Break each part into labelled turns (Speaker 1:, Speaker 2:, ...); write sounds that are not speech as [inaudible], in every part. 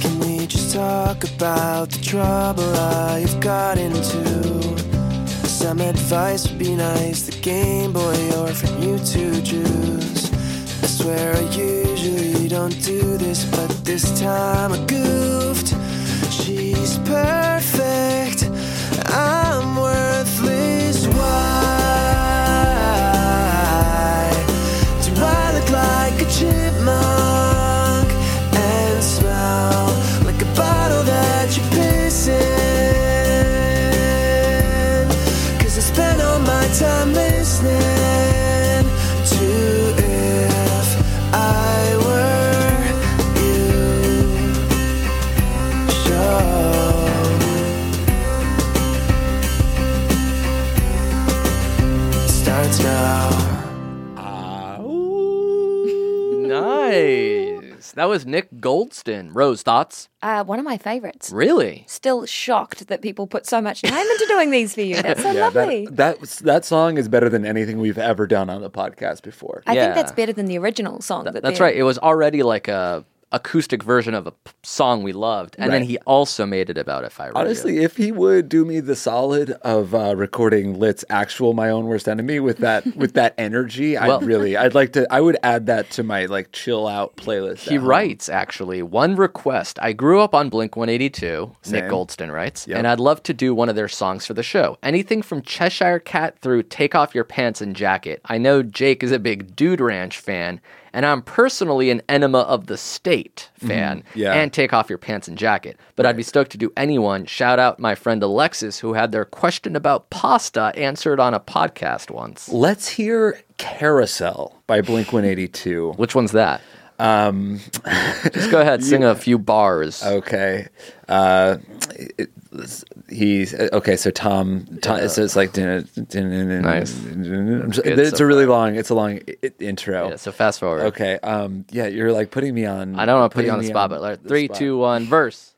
Speaker 1: Can we just talk about the trouble I've got into? Some advice would be nice. The Game Boy or from you to choose. I swear I usually don't do this, but this time I goofed. She's perfect. I'm worthless. Why do I look like a chipmunk and smell like a bottle that you piss in? Cause I spend all my time listening to if I were you. Show starts now.
Speaker 2: Oh.
Speaker 3: Nice. That was Nick Goldston. Rose, thoughts?
Speaker 2: Uh, one of my favorites.
Speaker 3: Really?
Speaker 2: Still shocked that people put so much time into doing these for you.
Speaker 3: [laughs]
Speaker 2: That's so lovely.
Speaker 4: That, that was- that song is better than anything we've ever done on the podcast before.
Speaker 2: I
Speaker 3: yeah.
Speaker 2: think that's better than the original song. that
Speaker 3: That's
Speaker 2: they're-
Speaker 3: right. It was already like a acoustic version of a p- song we loved, and then
Speaker 4: Right.
Speaker 3: he also made it about if I were You.
Speaker 4: Honestly, if he would do me the solid of uh, recording Lit's actual "My Own Worst Enemy" with
Speaker 2: [laughs]
Speaker 4: that with that energy, I
Speaker 3: Well-
Speaker 4: would really, I'd like to, I would add that to my like chill out playlist.
Speaker 3: He
Speaker 4: at home.
Speaker 3: writes actually one request. I grew up on Blink 182.
Speaker 4: Same.
Speaker 3: Nick Goldston writes,
Speaker 4: Yep.
Speaker 3: and I'd love to do one of their songs for the show. Anything from Cheshire Cat through Take Off Your Pants and Jacket. I know Jake is a big Dude Ranch fan, and I'm personally an Enema of the State fan.
Speaker 4: Mm-hmm. Yeah.
Speaker 3: And Take Off Your Pants and Jacket. But I'd be stoked to do anyone. Shout out my friend Alexis who had their question about pasta answered on a podcast once.
Speaker 4: Let's hear "Carousel" by Blink One Eighty Two.
Speaker 3: Which one's that? Um, Just
Speaker 4: [laughs]
Speaker 3: go ahead, sing a few bars.
Speaker 4: Okay. Uh, it, he's uh, okay. So Tom, Tom so it's like nice.
Speaker 3: Nice.
Speaker 4: It's,
Speaker 3: Good
Speaker 4: it's
Speaker 3: so
Speaker 4: a really long. It's a long i- intro.
Speaker 3: Yeah, so fast forward.
Speaker 4: okay. Um. Yeah, you're like putting me on.
Speaker 3: I don't want to put you on the
Speaker 4: putting me
Speaker 3: spot, but like, three,
Speaker 4: spot.
Speaker 3: two, one, verse.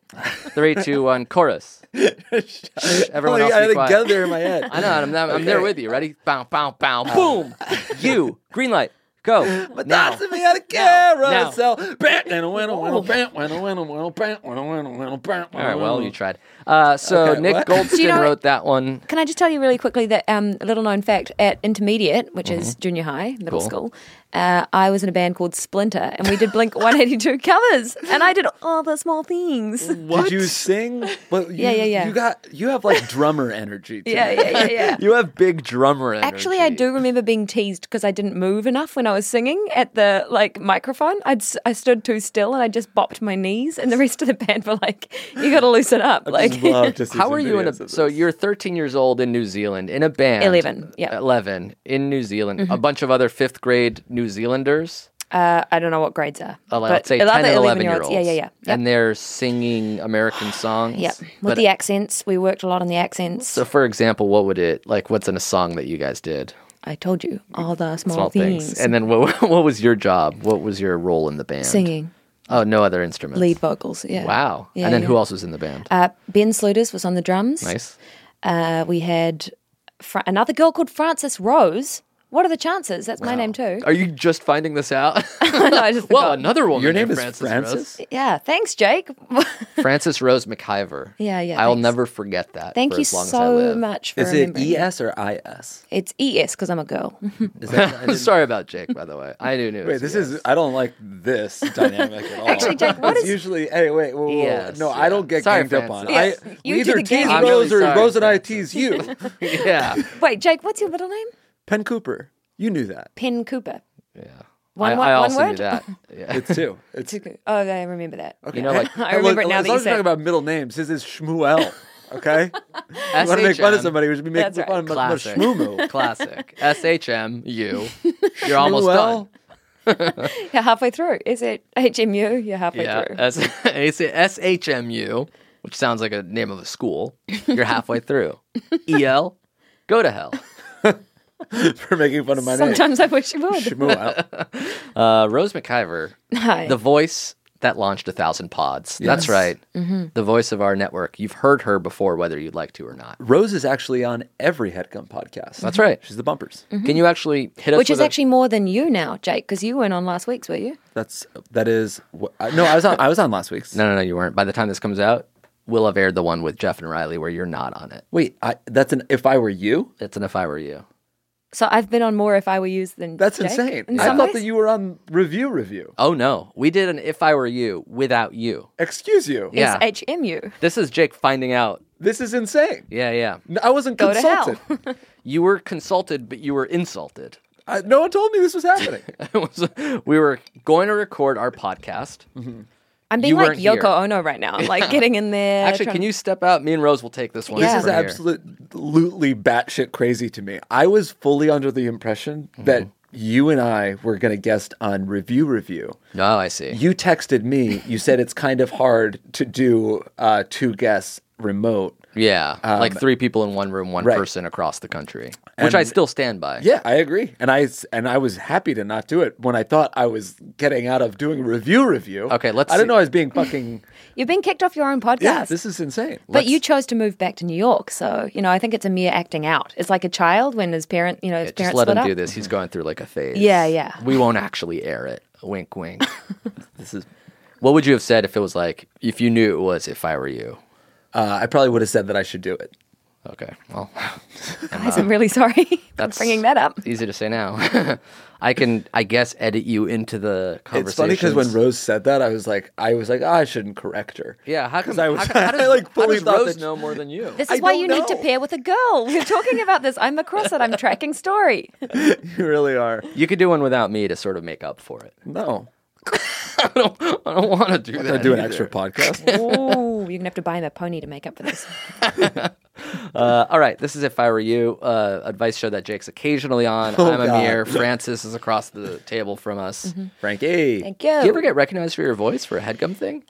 Speaker 3: three, two,
Speaker 4: [laughs]
Speaker 3: one, chorus. Shh, Everyone
Speaker 4: Oh, Like,
Speaker 3: else,
Speaker 4: I
Speaker 3: be
Speaker 4: had it
Speaker 3: quiet.
Speaker 4: together in my head.
Speaker 3: [laughs]
Speaker 4: [laughs]
Speaker 3: I know. I'm, I'm there with you. Ready? Bow, bow, bow. Boom. You. Green light. Go.
Speaker 4: Uh, But
Speaker 3: now.
Speaker 4: that's me at a
Speaker 3: Now.
Speaker 4: carousel. Bam, and a winnow, winnow, bam, winnow, winnow, winnow, bam, winnow, winnow, winnow, bam,
Speaker 3: All right. Well,
Speaker 4: winnow.
Speaker 3: you tried. Uh, so
Speaker 4: Oh. Okay,
Speaker 3: Nick
Speaker 4: what?
Speaker 3: Goldston
Speaker 2: Do you know-
Speaker 3: wrote that one.
Speaker 2: Can I just tell you really quickly that um, a little known fact at intermediate, which is junior high, middle
Speaker 3: Mm-hmm. Cool.
Speaker 2: school, uh, I was in a band called Splinter and we did
Speaker 3: [laughs]
Speaker 2: Blink 182 covers and I did all the small things.
Speaker 4: Did you sing? Well, you,
Speaker 2: Yeah, yeah, yeah.
Speaker 4: You got you have like drummer energy. too.
Speaker 2: [laughs] [laughs] Yeah, yeah, yeah, yeah.
Speaker 3: You have big drummer energy.
Speaker 2: Actually, I do remember being teased because I didn't move enough when I was singing at the like microphone. I'd, s- I stood too still and I just bopped my knees, and the rest of the [laughs] band were like, "You got to loosen up."
Speaker 4: I'd
Speaker 2: like,
Speaker 4: just love to see
Speaker 3: How
Speaker 4: some
Speaker 3: are you in
Speaker 4: videos
Speaker 3: a?
Speaker 4: of
Speaker 3: So
Speaker 4: this.
Speaker 3: you're 13 years old in New Zealand in a band.
Speaker 2: 11, yeah. Mm-hmm.
Speaker 3: 11 in New Zealand. A bunch of other fifth grade New Zealanders.
Speaker 2: [laughs] uh, I don't know what grades are.
Speaker 3: Oh, Well,
Speaker 2: but
Speaker 3: I'd say
Speaker 2: a
Speaker 3: 10
Speaker 2: lot
Speaker 3: and
Speaker 2: of
Speaker 3: 11 year olds.
Speaker 2: -year-olds. Yeah, yeah, yeah. Yep.
Speaker 3: And they're singing
Speaker 2: [gasps]
Speaker 3: American songs.
Speaker 2: yep.
Speaker 3: But-
Speaker 2: With the accents, we worked a lot on the accents.
Speaker 3: so, for example, what would it, like, what's in a song that you guys did?
Speaker 2: I told you all the small,
Speaker 3: Small
Speaker 2: things.
Speaker 3: things. And then what, [laughs] what was your job? What was your role in the band?
Speaker 2: singing,
Speaker 3: Oh, no other instruments.
Speaker 2: lead vocals. Yeah.
Speaker 3: Wow.
Speaker 2: Yeah,
Speaker 3: and then
Speaker 2: yeah.
Speaker 3: who else was in the band?
Speaker 2: Uh, ben Sluters was on the drums.
Speaker 3: nice.
Speaker 2: Uh, we had Fra- another girl called Frances Rose. What are the chances? That's my name too.
Speaker 3: Are you just finding this
Speaker 2: [laughs]
Speaker 3: out?
Speaker 2: no, I just
Speaker 3: well, [laughs]
Speaker 2: forgot.
Speaker 3: another woman.
Speaker 4: Your name
Speaker 3: named
Speaker 4: is
Speaker 3: Frances
Speaker 4: Francis?
Speaker 2: Yeah, thanks, Jake. [laughs]
Speaker 3: Rose. [laughs] Frances Rose McIver.
Speaker 2: Yeah, yeah,
Speaker 3: I will
Speaker 2: thanks.
Speaker 3: never forget that.
Speaker 2: Thank
Speaker 3: for
Speaker 2: you
Speaker 3: as long as I live.
Speaker 2: so much for
Speaker 4: Is it E
Speaker 2: remembering.
Speaker 4: ES or IS?
Speaker 2: It's ES because I'm a girl. [laughs]
Speaker 4: Is that, I didn't-
Speaker 3: Sorry about Jake, by the way. I knew. knew
Speaker 4: [laughs]
Speaker 3: it
Speaker 4: Wait,
Speaker 3: was
Speaker 4: this
Speaker 3: you.
Speaker 4: is I don't like
Speaker 2: [laughs]
Speaker 4: this dynamic at all.
Speaker 2: Actually, Jake, what
Speaker 4: It's
Speaker 2: is- E
Speaker 4: usually hey, wait, whoa, whoa, whoa.
Speaker 3: Yes,
Speaker 4: no,
Speaker 3: yeah.
Speaker 4: I don't get
Speaker 3: Sorry,
Speaker 4: ganged up on.
Speaker 3: Francis.
Speaker 4: I
Speaker 2: you
Speaker 4: we
Speaker 2: do
Speaker 4: either
Speaker 2: the
Speaker 4: tease
Speaker 2: ganking. I'm
Speaker 3: really
Speaker 4: Rose or
Speaker 3: sorry,
Speaker 4: Rose and I
Speaker 3: Francis.
Speaker 4: tease you.
Speaker 2: [laughs]
Speaker 3: yeah,
Speaker 2: Wait, Jake, what's your middle name?
Speaker 4: Penn Cooper, you knew that.
Speaker 2: Pen Cooper.
Speaker 3: yeah.
Speaker 2: One
Speaker 3: I,
Speaker 2: wo-
Speaker 3: I
Speaker 2: one
Speaker 3: also knew
Speaker 2: word? [laughs]
Speaker 3: that. Yeah.
Speaker 4: It's two. It's [laughs]
Speaker 2: Tuku. Oh, I remember that.
Speaker 4: okay.
Speaker 3: You know, like
Speaker 2: I remember it now
Speaker 4: as
Speaker 2: that
Speaker 4: long
Speaker 2: you
Speaker 4: as we're talking
Speaker 2: said.
Speaker 4: about middle names, his is Shmuel.
Speaker 2: [laughs]
Speaker 4: Okay, you want to make fun of
Speaker 3: SHM.
Speaker 4: somebody? We should be making
Speaker 2: That's right.
Speaker 4: fun of of
Speaker 3: Classic.
Speaker 2: [laughs]
Speaker 4: Shmumu. [laughs]
Speaker 3: Classic. S H M U. You're almost done.
Speaker 4: Shmuel.
Speaker 2: You're halfway through. Is it HMU? You're halfway
Speaker 3: Yeah. uh,
Speaker 2: through.
Speaker 3: S [laughs] S H M U, which sounds like a name of a school. You're halfway
Speaker 4: [laughs]
Speaker 3: through. E L, go to hell.
Speaker 4: for making fun of my name.
Speaker 2: Sometimes I wish you [laughs] would.
Speaker 4: Shmuel.
Speaker 3: Uh,
Speaker 4: [laughs]
Speaker 3: Rose McIver,
Speaker 2: Hi.
Speaker 3: the voice that launched a thousand pods. That's
Speaker 4: Yes. Mm-hmm.
Speaker 3: right. The voice of our network. You've heard her before, whether you'd like to or not.
Speaker 4: Rose is actually on every Headgum podcast.
Speaker 3: That's right.
Speaker 4: She's the bumpers.
Speaker 2: Mm-hmm.
Speaker 3: Can you actually hit us?
Speaker 2: Which is
Speaker 3: with a-
Speaker 2: actually more than you now, Jake, because you weren't on last week's, were you?
Speaker 4: That's that is. wh- I- No, I was on. I was on last week's.
Speaker 3: no, no, no. You weren't. By the time this comes out, we'll have aired the one with Jeff and Riley where you're not on it.
Speaker 4: Wait, I, that's an. If I were you,
Speaker 3: It's an if I were you.
Speaker 2: So I've been on more if I were you than
Speaker 4: that's
Speaker 2: Jake,
Speaker 4: insane.
Speaker 2: in
Speaker 4: I
Speaker 2: some
Speaker 4: thought
Speaker 2: ways.
Speaker 4: that you were on review review.
Speaker 3: Oh no, we did an if I were you without you.
Speaker 4: Excuse you.
Speaker 3: Yeah.
Speaker 2: It's HMU.
Speaker 3: This is Jake finding out.
Speaker 4: This is insane.
Speaker 3: Yeah, yeah.
Speaker 4: No, I wasn't
Speaker 2: Go to hell.
Speaker 4: consulted.
Speaker 3: You were consulted, but you were insulted. [laughs]
Speaker 4: I, no one told me this was
Speaker 2: [laughs]
Speaker 4: happening.
Speaker 3: It was- we were going to record our podcast.
Speaker 2: I'm being
Speaker 3: You
Speaker 2: like
Speaker 3: weren't here.
Speaker 2: Yoko Ono right now.
Speaker 3: [laughs]
Speaker 2: I'm like getting in there.
Speaker 3: Actually,
Speaker 2: trying-
Speaker 3: can you step out? Me and Rose will take this one. over
Speaker 2: Yeah.
Speaker 4: This is
Speaker 3: here.
Speaker 4: absolutely batshit crazy to me. I was fully under the impression
Speaker 3: Mm-hmm.
Speaker 4: that you and I were going to guest on review review.
Speaker 3: No, Oh, I see.
Speaker 4: You texted me. You said it's kind of hard to do uh, two guests remote.
Speaker 3: yeah, like three people in one room, one
Speaker 4: right.
Speaker 3: person across the country, which I still stand by.
Speaker 4: Yeah, I agree. And I s- and I was happy to not do it when I thought I was getting out of doing review review.
Speaker 3: Okay, let's
Speaker 4: I
Speaker 3: see.
Speaker 4: didn't know I was being fucking.
Speaker 3: [laughs]
Speaker 2: You've been kicked off your own podcast.
Speaker 4: yeah, this is insane.
Speaker 2: But you chose to move back to New York, so you know I think it's a mere acting out. It's like a child when his parent, you know, his
Speaker 3: just
Speaker 2: parents
Speaker 3: let
Speaker 2: split
Speaker 3: him
Speaker 2: up.
Speaker 3: do this. He's going through like a phase.
Speaker 2: Yeah, yeah.
Speaker 3: We won't actually air it. Wink, wink.
Speaker 4: this is.
Speaker 3: what would you have said if it was like if you knew it was if I were you?
Speaker 4: Uh, I probably would have said that I should do it.
Speaker 3: Okay, well,
Speaker 2: Guys, [laughs] I'm really sorry for
Speaker 3: that's-
Speaker 2: bringing that up.
Speaker 3: easy to say now. [laughs] I can, I guess, edit you into the conversation.
Speaker 4: It's funny because when Rose said that, I was like, I was like, "Ah, I shouldn't correct her.
Speaker 3: yeah, how
Speaker 4: 'Cause
Speaker 3: come
Speaker 4: I was-
Speaker 3: how, come- how does,
Speaker 4: I, like,
Speaker 3: how
Speaker 4: fully
Speaker 3: does
Speaker 4: thought
Speaker 3: Rose
Speaker 4: that-
Speaker 3: know more than you?
Speaker 2: This
Speaker 4: I
Speaker 2: is why
Speaker 4: don't
Speaker 2: you need to
Speaker 4: know.
Speaker 2: pair with a girl. [laughs] We're talking about this. I'm across it. I'm tracking story.
Speaker 4: [laughs] You really are.
Speaker 3: You could do one without me to sort of make up for it. [laughs]
Speaker 4: No,
Speaker 3: I don't want to do that.
Speaker 4: I do an
Speaker 3: either.
Speaker 4: extra podcast.
Speaker 3: [laughs]
Speaker 2: [laughs] Ooh, you're gonna have to buy him a pony to make up for [laughs] this.
Speaker 3: Uh, all right, this is if I were you. Uh, advice show that Jake's occasionally on.
Speaker 4: Oh,
Speaker 3: I'm
Speaker 4: God. [laughs]
Speaker 3: Amir. Francis is across the table from us.
Speaker 2: Mm-hmm.
Speaker 4: Frankie,
Speaker 2: Thank you.
Speaker 3: Do you ever get recognized for your voice for a headgum thing?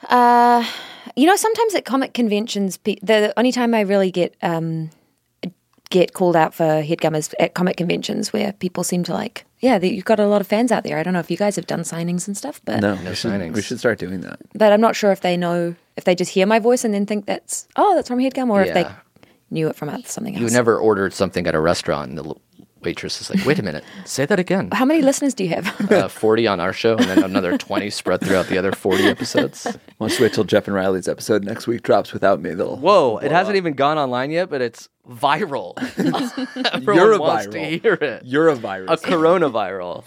Speaker 2: You know, sometimes at comic conventions, pe- the only time I really get um, get called out for headgum is at comic conventions where people seem to like, yeah, that you've got a lot of fans out there. I don't know if you guys have done signings and stuff, but
Speaker 4: no, no we, should, we should start doing that.
Speaker 2: but I'm not sure if they know if they just hear my voice and then think that's oh that's from headgum or if they
Speaker 3: Yeah.
Speaker 2: knew it from out- something else.
Speaker 3: You never ordered something at a restaurant, and the l- waitress is like, "Wait a minute, say that again."
Speaker 2: How many listeners do you
Speaker 3: [laughs]
Speaker 2: have?
Speaker 3: Uh, Forty on our show, and then another twenty spread throughout the other forty episodes.
Speaker 4: Once wait till Jeff and Riley's episode next week drops without me. They'll
Speaker 3: Whoa, it hasn't even gone online yet, but it's
Speaker 4: [laughs]
Speaker 3: viral. [laughs] Everyone
Speaker 4: You're a
Speaker 3: wants to
Speaker 4: viral.
Speaker 3: hear it.
Speaker 4: You're a virus.
Speaker 3: a
Speaker 4: [laughs]
Speaker 3: coronaviral.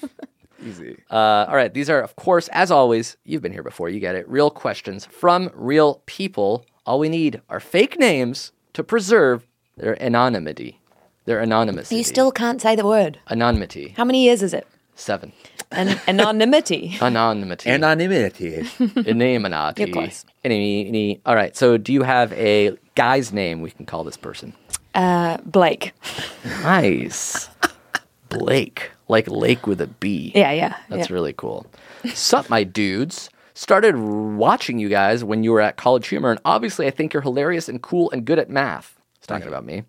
Speaker 4: Easy.
Speaker 3: Uh, all right, these are, of course, as always, you've been here before, you get it. Real questions from real people. All we need are fake names to preserve their anonymity. Their anonymity.
Speaker 2: you still can't say the word.
Speaker 3: anonymity.
Speaker 2: How many years is it?
Speaker 3: Seven. [laughs]
Speaker 2: An- anonymity.
Speaker 3: Anonymity.
Speaker 4: Anonymity.
Speaker 3: [laughs] Anonymity.
Speaker 2: You're close.
Speaker 3: Any, any. All right. So, do you have a guy's name we can call this person?
Speaker 2: Blake.
Speaker 3: Nice. Blake, like Lake with a B.
Speaker 2: Yeah, yeah.
Speaker 3: That's
Speaker 2: yeah.
Speaker 3: really cool. Sup, my dudes. Started watching you guys when you were at College Humor, and obviously I think you're hilarious and cool and good at math. It's talking about me.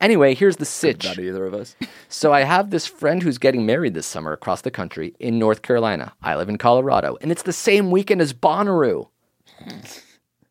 Speaker 3: Anyway, here's the
Speaker 4: Not
Speaker 3: sitch.
Speaker 4: either of us.
Speaker 3: So I have this friend who's getting married this summer across the country in North Carolina. I live in Colorado, and it's the same weekend as Bonnaroo.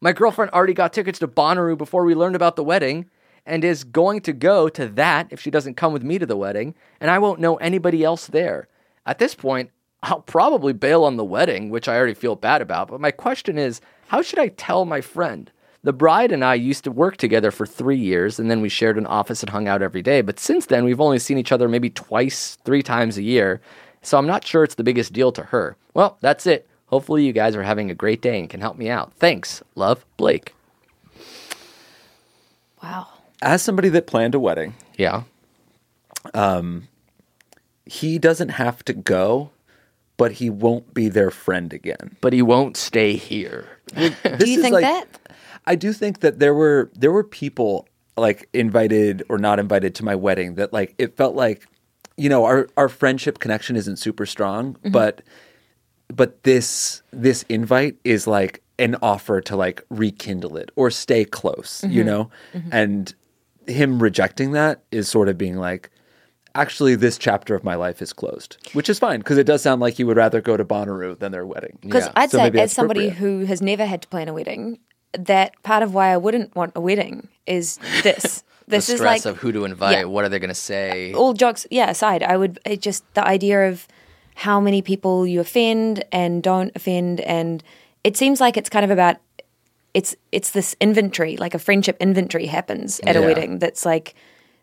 Speaker 3: My girlfriend already got tickets to Bonnaroo before we learned about the wedding, and is going to go to that if she doesn't come with me to the wedding, and I won't know anybody else there. At this point, I'll probably bail on the wedding, which I already feel bad about. But my question is, how should I tell my friend? The bride and I used to work together for three years, and then we shared an office and hung out every day. But since then, we've only seen each other maybe twice, three times a year. So I'm not sure it's the biggest deal to her. Well, that's it. Hopefully, you guys are having a great day and can help me out. Thanks. Love, Blake.
Speaker 2: Wow.
Speaker 4: As somebody that planned a wedding,
Speaker 3: Yeah.
Speaker 4: he doesn't have to go, but he won't be their friend again.
Speaker 3: But he won't stay here.
Speaker 4: This
Speaker 2: Do you
Speaker 4: is
Speaker 2: think
Speaker 4: like-
Speaker 2: that?
Speaker 4: I do think that there were there were people like invited or not invited to my wedding that like it felt like you know our our friendship connection isn't super strong
Speaker 2: Mm-hmm.
Speaker 4: but but this this invite is like an offer to like rekindle it or stay close you
Speaker 2: Mm-hmm.
Speaker 4: know and him rejecting that is sort of being like actually this chapter of my life is closed which is fine because it does sound like he would rather go to Bonnaroo than their wedding
Speaker 2: Because I'd
Speaker 4: So
Speaker 2: say,
Speaker 4: maybe
Speaker 2: as
Speaker 4: that's
Speaker 2: somebody
Speaker 4: appropriate.
Speaker 2: who has never had to plan a wedding, that part of why I wouldn't want a wedding is this.
Speaker 3: [laughs] The
Speaker 2: this
Speaker 3: stress
Speaker 2: is like
Speaker 3: of who to invite,
Speaker 2: Yeah.
Speaker 3: what are they going to say?
Speaker 2: all jokes, yeah, aside. I would it just the idea of how many people you offend and don't offend, and it seems like it's kind of about it's it's this inventory, like a friendship inventory happens at a
Speaker 3: Yeah.
Speaker 2: wedding. That's like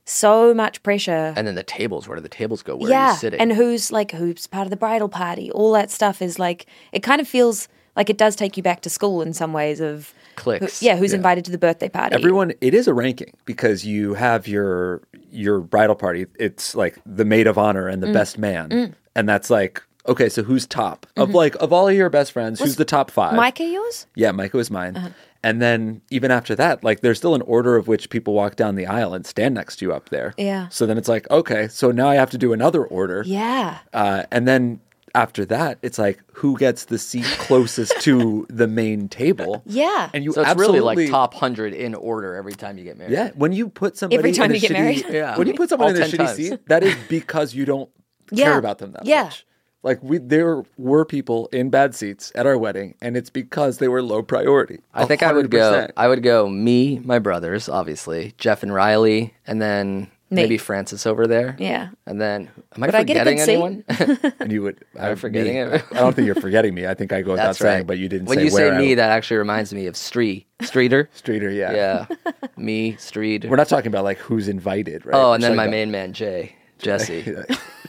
Speaker 2: so much pressure.
Speaker 3: And then the tables, where do the tables go? Where are
Speaker 2: yeah,
Speaker 3: you sitting?
Speaker 2: and who's like who's part of the bridal party? All that stuff is like it kind of feels like it does take you back to school in some ways. Of who-
Speaker 3: Cliques.
Speaker 2: yeah, who's invited to the birthday party?
Speaker 4: everyone it is a ranking because you have your your bridal party it's like the maid of honor and the
Speaker 2: Mm.
Speaker 4: best man and that's like okay so who's top of
Speaker 2: Mm-hmm.
Speaker 4: like of all your best friends who's the top five
Speaker 2: Micah, yours?
Speaker 4: yeah micah was mine
Speaker 2: Uh-huh.
Speaker 4: and then even after that like there's still an order of which people walk down the aisle and stand next to you up there
Speaker 2: Yeah.
Speaker 4: so then it's like okay so now i have to do another order
Speaker 2: Yeah.
Speaker 4: uh, and then after that, it's like who gets the seat closest to the main table?
Speaker 2: Yeah.
Speaker 4: and you
Speaker 3: so it's really like
Speaker 4: absolutely-
Speaker 3: top 100 in order every time you get married.
Speaker 4: yeah, when you put somebody
Speaker 2: Every time
Speaker 4: in a
Speaker 2: you get
Speaker 4: shitty-
Speaker 2: married.
Speaker 3: [laughs] Yeah.
Speaker 4: when you put someone
Speaker 3: All
Speaker 4: in a
Speaker 3: 10
Speaker 4: shitty
Speaker 3: times.
Speaker 4: seat, that is because you don't care
Speaker 2: Yeah.
Speaker 4: about them that
Speaker 2: Yeah.
Speaker 4: much. Like we, there were people in bad seats at our wedding, and it's because they were low priority.
Speaker 3: I think I would go.
Speaker 4: 100%.
Speaker 3: I would go me, my brothers, obviously Jeff and Riley, and then
Speaker 2: Me.
Speaker 3: maybe Francis over there.
Speaker 2: Yeah.
Speaker 3: And then am I
Speaker 2: Would I get a
Speaker 3: forgetting
Speaker 2: good seat?
Speaker 3: anyone? [laughs]
Speaker 4: and you would. I'm
Speaker 3: forgetting it?
Speaker 4: [laughs] I don't think you're forgetting me. I think I go without
Speaker 3: That's right.
Speaker 4: saying, but you didn't
Speaker 3: When
Speaker 4: say
Speaker 3: you
Speaker 4: where
Speaker 3: say
Speaker 4: I
Speaker 3: me, that actually reminds me of Stree
Speaker 4: [laughs]
Speaker 3: Streeter.
Speaker 4: streeter. Yeah,
Speaker 3: yeah, me Streed.
Speaker 4: We're not talking about like who's invited, right?
Speaker 3: oh,
Speaker 4: We're
Speaker 3: and then
Speaker 4: talking
Speaker 3: my
Speaker 4: about-
Speaker 3: main man Jay
Speaker 4: [laughs]
Speaker 3: Jesse.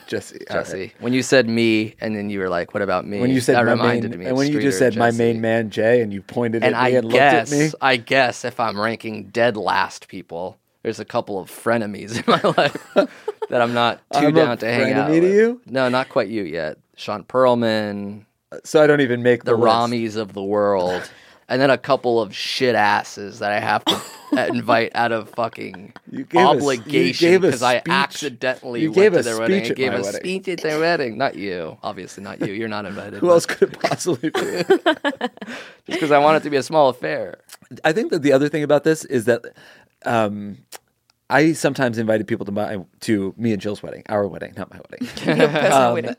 Speaker 4: Jesse. all right.
Speaker 3: Jesse. When you said me, and then you were like, "What about me?"
Speaker 4: When you said
Speaker 3: that
Speaker 4: my
Speaker 3: reminded
Speaker 4: main,
Speaker 3: me.
Speaker 4: and
Speaker 3: of
Speaker 4: when you just
Speaker 3: Streeter
Speaker 4: said my
Speaker 3: Jesse.
Speaker 4: main man Jay, and you pointed
Speaker 3: and
Speaker 4: at me
Speaker 3: I
Speaker 4: and
Speaker 3: guess,
Speaker 4: looked at me,
Speaker 3: I guess if I'm ranking dead last people, there's a couple of frenemies [laughs] in my life that I'm not too
Speaker 4: I'm a
Speaker 3: down to hang out
Speaker 4: frenemy to
Speaker 3: with.
Speaker 4: you?
Speaker 3: No, not quite you yet. Sean Perlman,
Speaker 4: so I don't even make the,
Speaker 3: the
Speaker 4: list.
Speaker 3: Ramis of the world, and then a couple of shit asses that I have
Speaker 4: [laughs]
Speaker 3: to uh, invite out of fucking
Speaker 4: You gave a s- you
Speaker 3: obligation
Speaker 4: gave a
Speaker 3: because I
Speaker 4: speech.
Speaker 3: accidentally
Speaker 4: You
Speaker 3: went
Speaker 4: gave
Speaker 3: to
Speaker 4: a
Speaker 3: their
Speaker 4: speech
Speaker 3: wedding and
Speaker 4: at
Speaker 3: gave
Speaker 4: my
Speaker 3: a
Speaker 4: wedding.
Speaker 3: speech at their wedding. Not you, obviously not you. You're not invited.
Speaker 4: [laughs] Who else could it possibly be?
Speaker 3: Because I want it to be a small affair.
Speaker 4: [laughs] I think that the other thing about this is that um, I sometimes invited people to my to me and Jill's wedding, our wedding, not my wedding,
Speaker 2: [laughs]
Speaker 4: Um,
Speaker 2: Your personal wedding.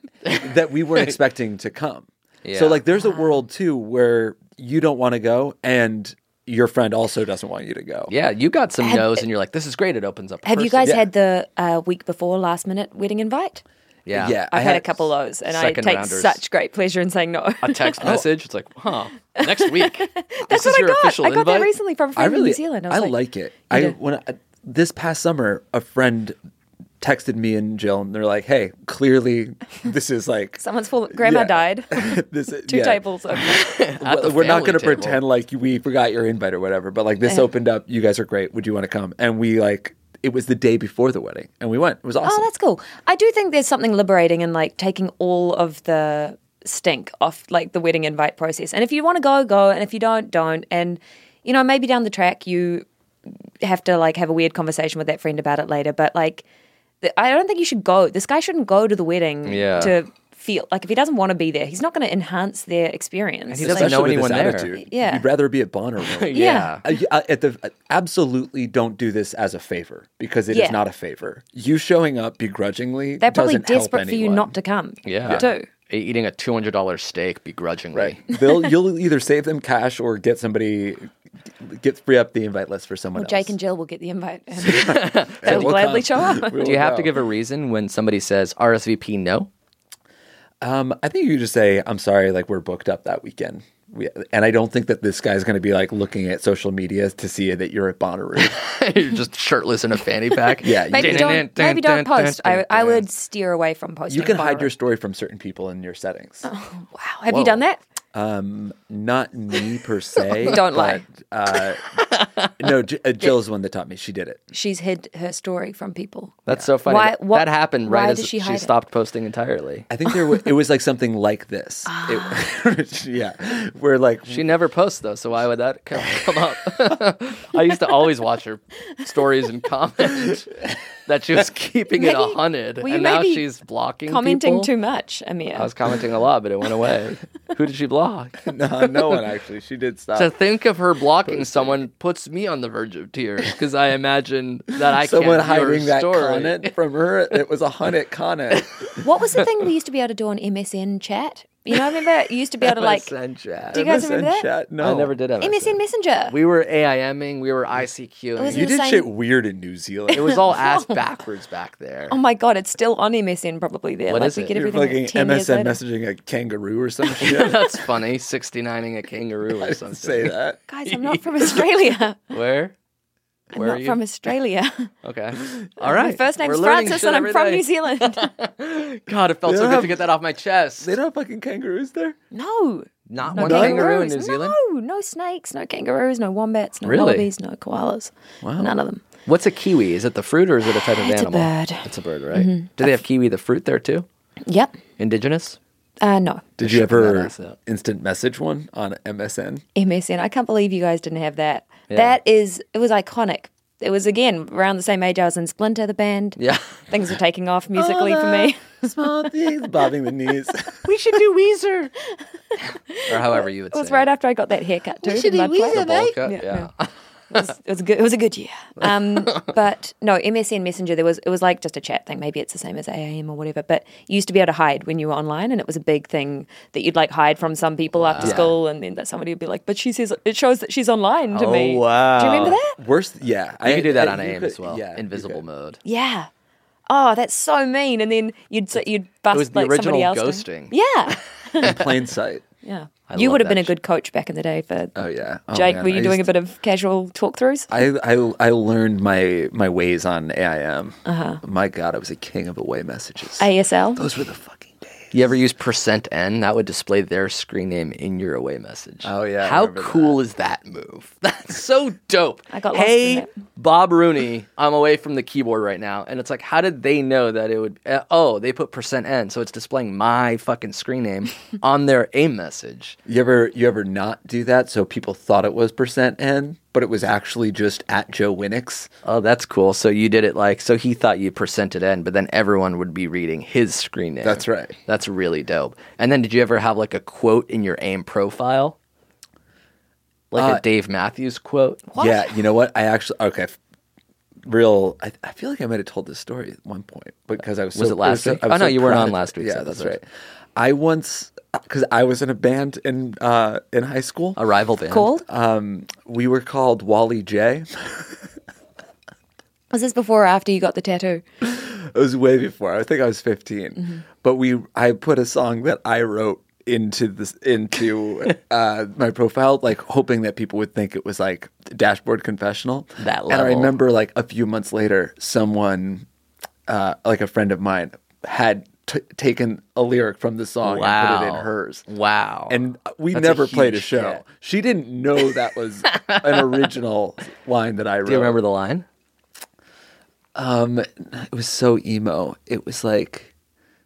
Speaker 4: [laughs] that we weren't expecting to come.
Speaker 3: Yeah.
Speaker 4: So like, there's a world too where you don't want to go, and your friend also doesn't want you to go.
Speaker 3: Yeah, you got some
Speaker 2: Have-
Speaker 3: no's, and you're like, "This is great. It opens up." a
Speaker 2: Have you
Speaker 3: person."
Speaker 2: guys had the uh, week before last minute wedding invite?
Speaker 3: Yeah,
Speaker 4: Yeah.
Speaker 2: I've
Speaker 4: I
Speaker 2: had,
Speaker 4: had
Speaker 2: a couple of those, and I
Speaker 3: second
Speaker 2: take
Speaker 3: rounders.
Speaker 2: such great pleasure in saying [laughs] no.
Speaker 3: a text message. It's like, huh, next week.
Speaker 2: Oh. [laughs] That's
Speaker 3: this is
Speaker 2: what I
Speaker 3: your
Speaker 2: got.
Speaker 3: official
Speaker 2: I got
Speaker 3: invite.
Speaker 2: that recently from a friend
Speaker 4: I really,
Speaker 2: in New Zealand. I, was
Speaker 4: I
Speaker 2: like,
Speaker 4: like, it. I
Speaker 2: do?
Speaker 4: when I, this past summer, a friend texted me and Jill, and they're like, "Hey, clearly this is like
Speaker 2: someone's full, [laughs] grandma
Speaker 4: Yeah.
Speaker 2: died. [laughs]
Speaker 4: [laughs] this is-
Speaker 2: Two
Speaker 4: yeah.
Speaker 2: tables over.
Speaker 3: At the
Speaker 4: We're not going
Speaker 3: family
Speaker 4: to
Speaker 3: table. [laughs]
Speaker 4: pretend like we forgot your invite or whatever, but like
Speaker 2: Eh.
Speaker 4: this opened up. You guys are great. Would you want to come? And we like it was the day before the wedding, and we went. It was awesome.
Speaker 2: Oh, that's cool. I do think there's something liberating in like taking all of the stink off like the wedding invite process. And if you want to go, go, and if you don't, don't. And you know, maybe down the track you have to like have a weird conversation with that friend about it later, but like th- I don't think you should go. This guy shouldn't go to the wedding
Speaker 3: Yeah.
Speaker 2: to feel like if he doesn't want to be there, he's not going to enhance their experience.
Speaker 3: he doesn't
Speaker 2: Like,
Speaker 3: know
Speaker 4: with this
Speaker 3: anyone there.
Speaker 4: Attitude.
Speaker 2: Yeah.
Speaker 4: you'd rather be at [laughs] Bonnaroo.
Speaker 2: Yeah.
Speaker 4: I, I, uh, at the I absolutely don't do this as a favor because it is
Speaker 2: Yeah.
Speaker 4: not a favor. You showing up begrudgingly
Speaker 2: They're probably
Speaker 4: doesn't help
Speaker 2: desperate for you
Speaker 4: anyone.
Speaker 2: not to come.
Speaker 3: yeah, yeah.
Speaker 2: Too.
Speaker 3: E- Eating a two hundred dollar steak begrudgingly.
Speaker 4: Right. They'll you'll either save them cash or get somebody get free up the invite list for someone
Speaker 2: Well,
Speaker 4: else.
Speaker 2: Jake and Jill will get the
Speaker 3: [laughs]
Speaker 2: invite. [laughs] They'll
Speaker 4: And we'll
Speaker 2: gladly show
Speaker 4: come.
Speaker 2: up.
Speaker 4: We
Speaker 3: Do
Speaker 4: will
Speaker 3: you have to
Speaker 4: go.
Speaker 3: give a reason when somebody says RSVP no? [laughs]
Speaker 4: Um, I think you just say, "I'm sorry, like we're booked up that weekend." We, and I don't think that this guy's going to be like looking at social media to see that you're at Bonnaroo.
Speaker 3: You're [laughs] just shirtless in a fanny
Speaker 4: [laughs]
Speaker 3: pack.
Speaker 4: Yeah, you
Speaker 2: Maybe don't, maybe don't post. I, I would steer away from posting.
Speaker 4: you can hide
Speaker 2: Bonnaroo.
Speaker 4: your story from certain people in your settings.
Speaker 3: Oh.
Speaker 2: Wow. Have you done that?
Speaker 4: Not me
Speaker 3: [laughs]
Speaker 4: per se.
Speaker 2: Don't lie.
Speaker 4: Uh, no, J-
Speaker 3: [laughs]
Speaker 4: uh, Jill's the one that taught me. She did it.
Speaker 2: She's hid her story from people.
Speaker 3: That's so funny.
Speaker 2: Why-
Speaker 3: that-
Speaker 2: what-
Speaker 3: that happened
Speaker 2: why
Speaker 3: right
Speaker 2: did
Speaker 3: as she,
Speaker 2: she hide it?
Speaker 3: stopped posting entirely.
Speaker 4: I think there was, it was like something like this. [laughs] It, yeah, where like
Speaker 3: Ah. She never posts though, so why would that come, come up? [laughs] I used to always watch her stories and comment that she was keeping it
Speaker 2: Maybe-
Speaker 3: a hundred,
Speaker 2: well, you
Speaker 3: and now
Speaker 2: may be
Speaker 3: she's blocking
Speaker 2: Commenting
Speaker 3: people.
Speaker 2: too much, Amir.
Speaker 3: I was commenting a lot, but it went away. Who did she block?
Speaker 4: [laughs] no, no one actually. She did stop.
Speaker 3: to think of her blocking someone puts me on the verge of tears because I imagine that I
Speaker 4: Someone
Speaker 3: can't hear her
Speaker 4: hiding that
Speaker 3: story.
Speaker 4: comment from her. It was a hundred
Speaker 3: [laughs]
Speaker 4: comment.
Speaker 2: What was the thing we used to be able to do on MSN chat? You know, remember you
Speaker 3: [laughs]
Speaker 2: used to be able to like
Speaker 3: MSN chat.
Speaker 2: Do you guys remember
Speaker 4: MSN
Speaker 2: that?
Speaker 4: Chat? No,
Speaker 3: I never did MSN.
Speaker 2: MSN Messenger.
Speaker 3: We were AIMing, we were ICQing. It was,
Speaker 2: was-
Speaker 4: You
Speaker 2: the
Speaker 4: did
Speaker 2: same-
Speaker 4: shit weird in New Zealand.
Speaker 3: all ass
Speaker 2: [laughs]
Speaker 3: backwards back there.
Speaker 2: oh my god, it's still on MSN probably there.
Speaker 3: What
Speaker 2: like
Speaker 3: is
Speaker 2: we
Speaker 3: it?
Speaker 2: get
Speaker 4: You're
Speaker 2: everything
Speaker 4: fucking
Speaker 2: like 10 years
Speaker 4: MSN
Speaker 2: later.
Speaker 4: messaging a kangaroo or
Speaker 2: [laughs]
Speaker 4: some shit. [laughs]
Speaker 3: [laughs] That's funny. 69ing a kangaroo [laughs] or something.
Speaker 4: Say that.
Speaker 2: Guys, I'm not from Australia.
Speaker 3: Where? [laughs] Where are
Speaker 2: not
Speaker 3: you? [laughs]
Speaker 2: from Australia.
Speaker 3: okay. All right.
Speaker 2: My first name's
Speaker 3: We're learning
Speaker 2: Francis
Speaker 3: shit
Speaker 2: and I'm
Speaker 3: every
Speaker 2: from
Speaker 3: day.
Speaker 2: New Zealand.
Speaker 3: [laughs] God, it felt
Speaker 4: They
Speaker 3: so
Speaker 4: don't
Speaker 3: good
Speaker 4: have-
Speaker 3: to get that off my chest.
Speaker 4: They don't have fucking kangaroos there.
Speaker 2: No.
Speaker 3: Not
Speaker 2: No
Speaker 3: one kangaroo in
Speaker 2: kangaroos.
Speaker 3: New Zealand.
Speaker 2: No, no snakes, no kangaroos, no wombats, no
Speaker 3: Really?
Speaker 2: wallabies, no koalas. None of them.
Speaker 3: What's a kiwi? Is it the fruit or is it a type of
Speaker 2: It's a
Speaker 3: animal?
Speaker 2: bird. Mm-hmm.
Speaker 3: It's a bird, right? Do they have kiwi the fruit there too?
Speaker 2: Yep.
Speaker 3: Indigenous?
Speaker 2: Uh, no.
Speaker 4: Did you
Speaker 3: that
Speaker 4: ever
Speaker 3: ass up.
Speaker 4: instant message one on
Speaker 2: [laughs]
Speaker 4: MSN?
Speaker 2: MSN. I can't believe you guys didn't have that. That is, it was iconic. It was again around the same age I was in Splinter, the band.
Speaker 3: Yeah. [laughs] Oh,
Speaker 2: Things were taking off musically for [laughs] me.
Speaker 4: Small things, [laughs] bobbing the
Speaker 2: [laughs]
Speaker 4: knees.
Speaker 3: We should do Weezer. or however you would
Speaker 2: It was
Speaker 3: say.
Speaker 2: right after I got that haircut too. the mud flap.
Speaker 3: The bowl cut,
Speaker 2: Yeah,
Speaker 3: yeah.
Speaker 2: It was, it was a good. It was a good year. Um, but no, MSN Messenger. There was it was like just a chat thing. Maybe it's the same as AIM or whatever. But you used to be able to hide when you were online, and it was a big thing that you'd like hide from some people after school, and then that somebody would be like, "But she says it shows that she's online
Speaker 3: Oh,
Speaker 2: to me." Do you remember that?
Speaker 4: Worst, yeah.
Speaker 3: You could do that on
Speaker 4: you
Speaker 3: AIM
Speaker 4: could-
Speaker 3: as well.
Speaker 4: yeah, you
Speaker 3: Invisible
Speaker 4: could.
Speaker 3: mode.
Speaker 2: Yeah. Oh, that's so mean. And then you'd s- you'd bust
Speaker 3: was the
Speaker 2: like somebody
Speaker 3: original
Speaker 2: else. down.
Speaker 3: ghosting. [laughs]
Speaker 2: Yeah.
Speaker 4: In plain sight.
Speaker 2: Yeah.
Speaker 3: I
Speaker 2: you
Speaker 3: love
Speaker 2: would have been
Speaker 3: that
Speaker 2: a good coach back in the day for
Speaker 4: Oh yeah. Oh,
Speaker 2: Jake.
Speaker 4: man,
Speaker 2: were you
Speaker 4: I
Speaker 2: doing a
Speaker 4: used-
Speaker 2: bit of casual talk throughs?
Speaker 4: I, I I learned my my ways on AIM. Uh-huh. My God, I was a king of away messages.
Speaker 2: ASL.
Speaker 4: Those were the fucking days.
Speaker 3: You ever use percent N? That would display their screen name in your away message.
Speaker 4: Oh, yeah, I
Speaker 3: How
Speaker 4: remember
Speaker 3: cool is that move? [laughs] That's so dope.
Speaker 2: I got lost in
Speaker 3: Hey,
Speaker 2: it.
Speaker 3: Bob Rooney, I'm away from the keyboard right now. And it's like, how did they know that it would? Uh, oh, they put percent N. So it's displaying my fucking screen
Speaker 2: [laughs]
Speaker 3: name on their AIM message.
Speaker 4: You ever you ever not do that? So people thought it was percent N, but it was actually just at Joe Winnix.
Speaker 3: Oh, that's cool. So you did it like, so he thought you percented N, but then everyone would be reading his screen name.
Speaker 4: That's right.
Speaker 3: That's really dope. And then did you ever have like a quote in your AIM profile? Like
Speaker 4: Uh,
Speaker 3: a Dave Matthews quote?
Speaker 4: Yeah, you know what? I actually okay. f- Real, I, I feel like I might have told this story at one point because I was.
Speaker 3: Was
Speaker 4: so-
Speaker 3: it last
Speaker 4: so-
Speaker 3: week?
Speaker 4: I was
Speaker 3: Oh, no,
Speaker 4: so
Speaker 3: you weren't
Speaker 4: proud
Speaker 3: on
Speaker 4: of-
Speaker 3: last week's
Speaker 4: Yeah, that's
Speaker 3: episode.
Speaker 4: right. I once because I was in a band in uh, in high school.
Speaker 3: A rival band.
Speaker 2: Called?
Speaker 4: We were called Wally J. [laughs]
Speaker 2: Was this before or after you got the tattoo?
Speaker 4: It was way before. I think I was 15.
Speaker 3: Mm-hmm.
Speaker 4: But we I put a song that I wrote into this
Speaker 3: [laughs]
Speaker 4: into uh, my profile, like hoping that people would think it was like dashboard confessional.
Speaker 3: That
Speaker 4: And I
Speaker 3: level.
Speaker 4: remember like a few months later, someone uh, like a friend of mine had t- taken a lyric from the song and put it
Speaker 3: Wow.
Speaker 4: in hers.
Speaker 3: Wow.
Speaker 4: And we
Speaker 3: That's a
Speaker 4: never played a
Speaker 3: huge
Speaker 4: show.
Speaker 3: hit.
Speaker 4: She didn't know that was
Speaker 3: [laughs]
Speaker 4: an original line that I wrote.
Speaker 3: do you remember the line?
Speaker 4: it was so emo. It was like,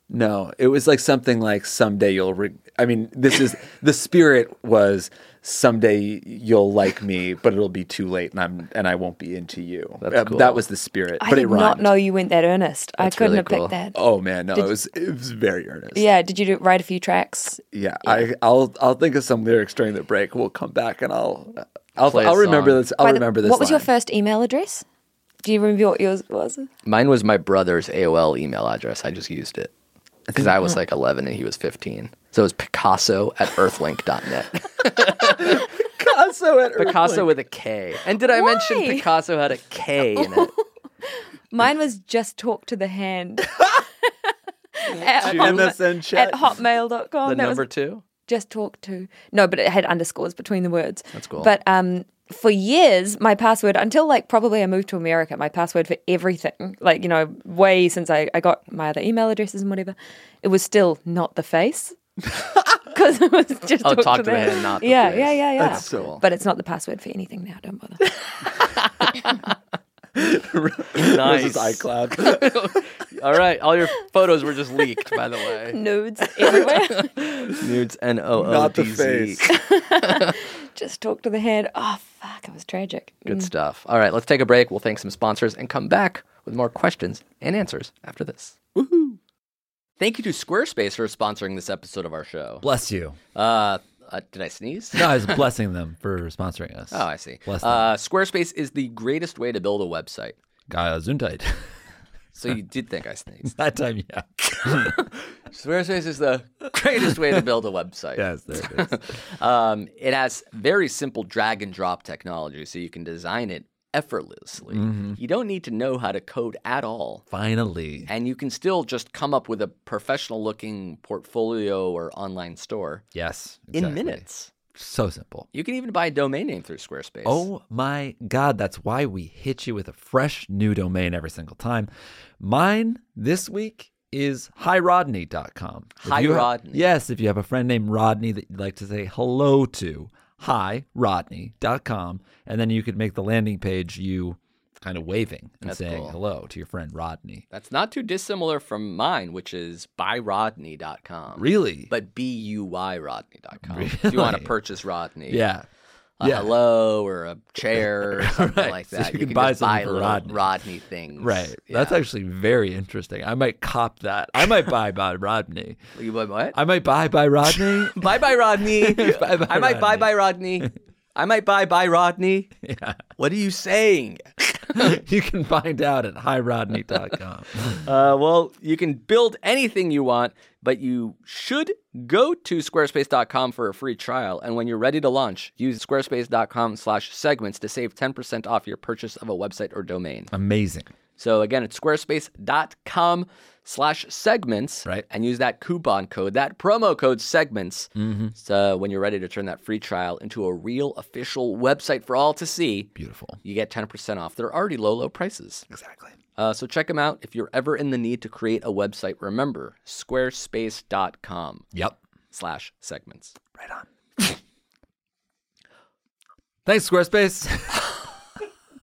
Speaker 4: no, it was like something like someday you'll. Re- I mean, this
Speaker 3: [laughs]
Speaker 4: is the spirit was someday you'll like me, but it'll be too late, and I'm and I won't be into you.
Speaker 3: That's
Speaker 4: Uh,
Speaker 3: cool.
Speaker 4: That was the spirit,
Speaker 2: I
Speaker 4: but
Speaker 2: did
Speaker 4: it rhymed.
Speaker 2: not know you went that earnest. I
Speaker 3: That's
Speaker 2: couldn't
Speaker 3: really
Speaker 2: have
Speaker 3: cool.
Speaker 2: picked that.
Speaker 4: Oh man, no, it was it was very earnest.
Speaker 2: Yeah. Did you do, write a few tracks?
Speaker 4: yeah. I, I'll I'll think of some lyrics during the break. We'll come back and I'll I'll
Speaker 3: Play a
Speaker 4: I'll remember
Speaker 3: song.
Speaker 4: this. I'll
Speaker 2: By the-
Speaker 4: remember this.
Speaker 2: What was your
Speaker 4: line. [laughs]
Speaker 2: first email address? Do you remember what yours was?
Speaker 3: Mine was my brother's AOL email address. I just used it because I was
Speaker 4: [laughs]
Speaker 3: like 11 and he was 15. So it was Picasso at earthlink.net.
Speaker 5: Picasso at Earth
Speaker 3: Picasso
Speaker 5: Link.
Speaker 3: with a K. And did I mention
Speaker 2: Why? Oh,
Speaker 3: Picasso had a K
Speaker 2: [laughs]
Speaker 3: in it?
Speaker 2: Mine was just talk to the
Speaker 4: [laughs]
Speaker 2: hand. [laughs] at,
Speaker 5: Shoot MSN chat.
Speaker 2: at hotmail.com.
Speaker 3: The
Speaker 2: that was
Speaker 3: number two?
Speaker 2: just talk to. No, but it had underscores between the words.
Speaker 3: That's cool.
Speaker 2: But um, for years, my password, until like probably I moved to America, my password for everything, like, you know, way since I, I got my other email addresses and whatever, it was still not
Speaker 3: [laughs]
Speaker 2: the face. Because it was just
Speaker 3: Oh,
Speaker 2: talk,
Speaker 3: talk
Speaker 2: to,
Speaker 3: to
Speaker 2: the
Speaker 3: the
Speaker 2: [laughs]
Speaker 3: hand, not the
Speaker 2: yeah,
Speaker 3: face.
Speaker 2: yeah, yeah, yeah.
Speaker 5: That's so cool.
Speaker 2: But it's not the password for anything now. Don't bother. [laughs]
Speaker 5: [laughs] This
Speaker 3: Nice.
Speaker 5: is
Speaker 3: [laughs]
Speaker 5: iCloud.
Speaker 3: All right. All your photos were just leaked, by
Speaker 5: [laughs]
Speaker 3: the way.
Speaker 2: Nudes everywhere.
Speaker 3: [laughs] Nudes N O O
Speaker 5: Not the
Speaker 3: D Z.
Speaker 5: face.
Speaker 2: just talk to the hand. Oh fuck, it was tragic.
Speaker 3: Good stuff. All right. Let's take a break. We'll thank some sponsors and come back with more questions and answers after this. Woohoo. Thank you to Squarespace for sponsoring this episode of our show.
Speaker 4: Bless you.
Speaker 3: Uh, uh, did I sneeze?
Speaker 4: No, I
Speaker 3: [laughs]
Speaker 4: was blessing them for sponsoring us.
Speaker 3: Oh, I see.
Speaker 4: Bless them.
Speaker 3: Uh, Squarespace is the greatest way to build a website.
Speaker 4: Uh, Gesundheit.
Speaker 3: So you did think I
Speaker 4: [laughs]
Speaker 3: sneezed.
Speaker 4: that time, yeah.
Speaker 3: Squarespace is the greatest way to
Speaker 4: [laughs]
Speaker 3: build a website.
Speaker 4: Yes, there it is.
Speaker 3: Um, it has very simple drag and drop technology, so you can design it effortlessly.
Speaker 4: Mm-hmm.
Speaker 3: You don't need to know how to code at all.
Speaker 4: [laughs]
Speaker 3: [laughs]
Speaker 4: Finally.
Speaker 3: And you can still just come up with a professional looking portfolio or online store
Speaker 4: Yes.
Speaker 3: in
Speaker 4: exactly.
Speaker 3: minutes.
Speaker 4: So simple.
Speaker 3: You can even buy a domain name through Squarespace.
Speaker 4: Oh my God, that's why we hit you with a fresh new domain every single time. Mine this week is hirodney.com. If you have-
Speaker 3: Hirodney.
Speaker 4: Yes, if you have a friend named Rodney that you'd like to say hello to, hirodney.com. And then you could make the landing page you kind of waving and
Speaker 3: That's
Speaker 4: saying
Speaker 3: cool.
Speaker 4: hello to your friend Rodney.
Speaker 3: That's not too dissimilar from mine, which is buyrodney.com.
Speaker 4: Really?
Speaker 3: But B U Y
Speaker 4: [laughs]
Speaker 3: Rodney.com. If you want to
Speaker 4: Really?
Speaker 3: purchase Rodney.
Speaker 4: yeah.
Speaker 3: a
Speaker 4: yeah.
Speaker 3: hello or a
Speaker 4: [laughs]
Speaker 3: chair or something
Speaker 4: Right,
Speaker 3: like
Speaker 4: so
Speaker 3: that.
Speaker 4: you can buy
Speaker 3: just
Speaker 4: something
Speaker 3: buy
Speaker 4: for
Speaker 3: little
Speaker 4: Rodney.
Speaker 3: Rodney things.
Speaker 4: Right.
Speaker 3: [laughs]
Speaker 4: That's actually very interesting. I might cop that. I might buy by Rodney.
Speaker 3: You buy what?
Speaker 4: I might buy by Rodney.
Speaker 3: [laughs]
Speaker 4: [laughs]
Speaker 3: bye bye Rodney.
Speaker 4: Bye-bye,
Speaker 3: [laughs] I might buy
Speaker 4: Rodney.
Speaker 3: bye
Speaker 4: [laughs]
Speaker 3: Rodney. I might buy bye Rodney. What are you saying?
Speaker 4: you can find out at
Speaker 3: [laughs]
Speaker 4: hirodney.com.
Speaker 3: Uh, well, you can build anything you want, but you should go to squarespace.com for a free trial. And when you're ready to launch, use squarespace.com/segments to save 10% off your purchase of a website or domain.
Speaker 4: Amazing.
Speaker 3: So again, it's squarespace.com slash segments.
Speaker 4: Right.
Speaker 3: And use that coupon code, that promo code segments. So when you're ready to turn that free trial into a real official website for all to see,
Speaker 4: Beautiful.
Speaker 3: you get 10% off. They're already low, low prices.
Speaker 4: Exactly.
Speaker 3: Uh, so check them out. If you're ever in the need to create a website, remember squarespace.com
Speaker 4: Yep.
Speaker 3: slash segments.
Speaker 4: Right on. [laughs] Thanks, Squarespace.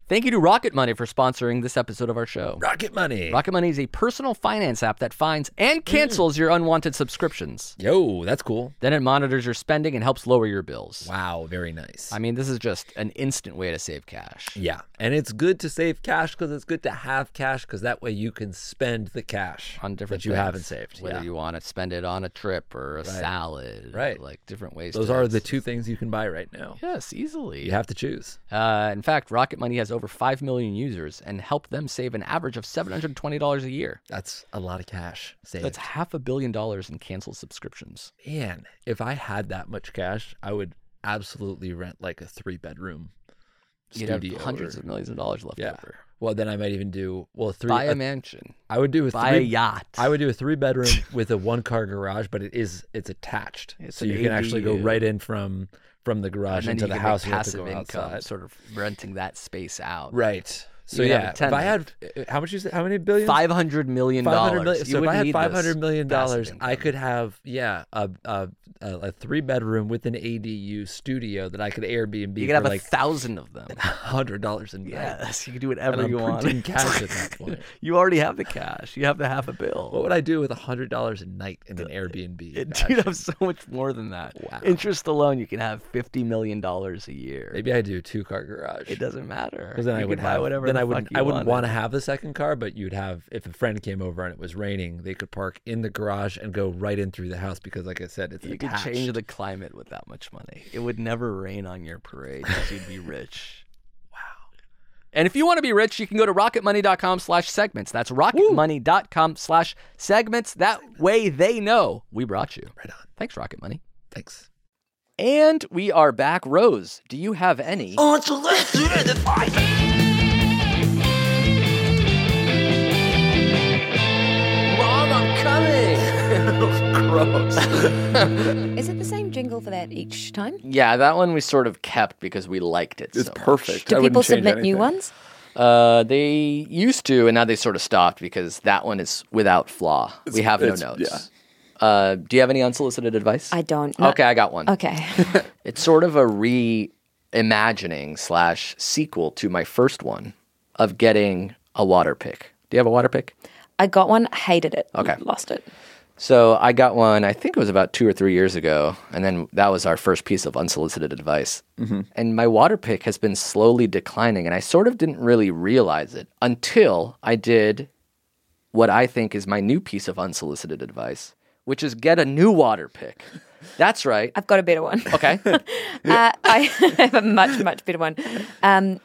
Speaker 3: Thank you to Rocket Money for sponsoring this episode of our show.
Speaker 4: Rocket money.
Speaker 3: [laughs] Rocket Money is a personal finance app that finds and cancels your unwanted subscriptions.
Speaker 4: Yo, that's cool.
Speaker 3: Then it monitors your spending and helps lower your bills.
Speaker 4: Wow, very nice.
Speaker 3: I mean, this is just an instant way to save cash.
Speaker 4: yeah. And it's good to save cash because it's good to have cash because that way you can spend the cash
Speaker 3: On different
Speaker 4: that you
Speaker 3: things,
Speaker 4: haven't saved.
Speaker 3: Whether
Speaker 4: Yeah.
Speaker 3: you want to spend it on a trip or a salad, or,
Speaker 4: Right.
Speaker 3: Like different ways.
Speaker 4: Those
Speaker 3: to-
Speaker 4: are the two things you can buy right now.
Speaker 3: yes, easily.
Speaker 4: You have to choose.
Speaker 3: Uh, in fact, Rocket Money has over five million users and helped them save an average of seven hundred twenty dollars a year.
Speaker 4: That's a lot of cash saved.
Speaker 3: That's half a billion dollars in canceled subscriptions.
Speaker 4: Man, if I had that much cash, I would absolutely rent like a three bedroom
Speaker 3: You'd
Speaker 4: studio.
Speaker 3: have hundreds
Speaker 4: or-
Speaker 3: of millions of dollars left
Speaker 4: yeah.
Speaker 3: over.
Speaker 4: Well, then I might even do well three.
Speaker 3: Buy
Speaker 4: a-
Speaker 3: a mansion.
Speaker 4: I would do a
Speaker 3: Buy a
Speaker 4: three.
Speaker 3: yacht.
Speaker 4: I would do a three bedroom
Speaker 3: [laughs]
Speaker 4: with a one car garage, but it is it's attached,
Speaker 3: It's
Speaker 4: so
Speaker 3: an
Speaker 4: you can actually go
Speaker 3: ADU.
Speaker 4: right in from from the garage
Speaker 3: and
Speaker 4: into
Speaker 3: then you
Speaker 4: the
Speaker 3: can
Speaker 4: house.
Speaker 3: make
Speaker 4: You don't have to
Speaker 3: passive
Speaker 4: go
Speaker 3: income,
Speaker 4: outside.
Speaker 3: sort of renting that space out.
Speaker 4: right. So
Speaker 3: You
Speaker 4: yeah,
Speaker 3: have a
Speaker 4: if I had eh, how much? You say, how many billions?
Speaker 3: Five hundred million
Speaker 4: Five
Speaker 3: dollars.
Speaker 4: hundred million. So
Speaker 3: You
Speaker 4: if I
Speaker 3: wouldn't
Speaker 4: had
Speaker 3: need
Speaker 4: five hundred
Speaker 3: this
Speaker 4: million
Speaker 3: passive
Speaker 4: dollars, I
Speaker 3: income.
Speaker 4: could have yeah a a, a, a three bedroom with an ADU studio that I could Airbnb
Speaker 3: You
Speaker 4: for
Speaker 3: could have
Speaker 4: like
Speaker 3: a thousand of them.
Speaker 4: hundred dollars a night.
Speaker 3: [laughs] Yes, you can do
Speaker 4: and
Speaker 3: whatever
Speaker 4: I'm
Speaker 3: you
Speaker 4: printing
Speaker 3: want.
Speaker 4: cash at
Speaker 3: [laughs]
Speaker 4: that point.
Speaker 3: You already have the cash. You have the half a
Speaker 4: What
Speaker 3: bill.
Speaker 4: would I do with hundred dollars a night in an
Speaker 3: [laughs]
Speaker 4: Airbnb?
Speaker 3: Dude,
Speaker 4: fashion?
Speaker 3: you have so much more than that.
Speaker 4: Wow.
Speaker 3: Interest alone, you can have fifty million dollars a year.
Speaker 4: Maybe I do a two car garage.
Speaker 3: It doesn't matter.
Speaker 4: Because then
Speaker 3: you
Speaker 4: I would
Speaker 3: can buy
Speaker 4: have
Speaker 3: whatever.
Speaker 4: Then
Speaker 3: the
Speaker 4: I
Speaker 3: fuck
Speaker 4: wouldn't.
Speaker 3: you
Speaker 4: I wouldn't want to have the second car, but you'd have if a friend came over and it was raining, they could park in the garage and go right in through the house because, like I said, it's
Speaker 3: You could
Speaker 4: attached.
Speaker 3: change the climate with that much money. It would never rain on your parade because you'd be rich. Wow. And if you want to be rich, you can go to rocketmoney.com slash segments. That's rocketmoney.com slash segments. That way they know we brought you.
Speaker 4: right on.
Speaker 3: Thanks, Rocket Money.
Speaker 4: Thanks.
Speaker 3: And we are back. Rose, do you have any?
Speaker 2: Is it the same jingle for that each time?
Speaker 3: Yeah, that one we sort of kept because we liked it.
Speaker 4: It's
Speaker 3: so much.
Speaker 4: perfect. I
Speaker 2: Do
Speaker 4: wouldn't
Speaker 2: people
Speaker 4: change
Speaker 2: submit new
Speaker 4: anything.
Speaker 2: ones?
Speaker 3: Uh, they used to, and now they sort of stopped because that one is without flaw. we have no
Speaker 4: it's-
Speaker 3: notes. Uh, do you have any unsolicited advice?
Speaker 2: I don't.
Speaker 3: Okay, I got one.
Speaker 2: Okay.
Speaker 3: It's sort of a reimagining slash sequel to my first one of getting a water pick. Do you have a water pick?
Speaker 2: I got one, hated it.
Speaker 3: Okay.
Speaker 2: Lost it.
Speaker 3: So I got one, I think it was about two or three years ago. And then that was our first piece of unsolicited advice. And my water pick has been slowly declining. And I sort of didn't really realize it until I did what I think is my new piece of unsolicited advice, which is get a new water pick. That's right.
Speaker 2: I've got a better one. [laughs]
Speaker 3: [laughs] Okay.
Speaker 2: Uh, I have a much, much better one. Um,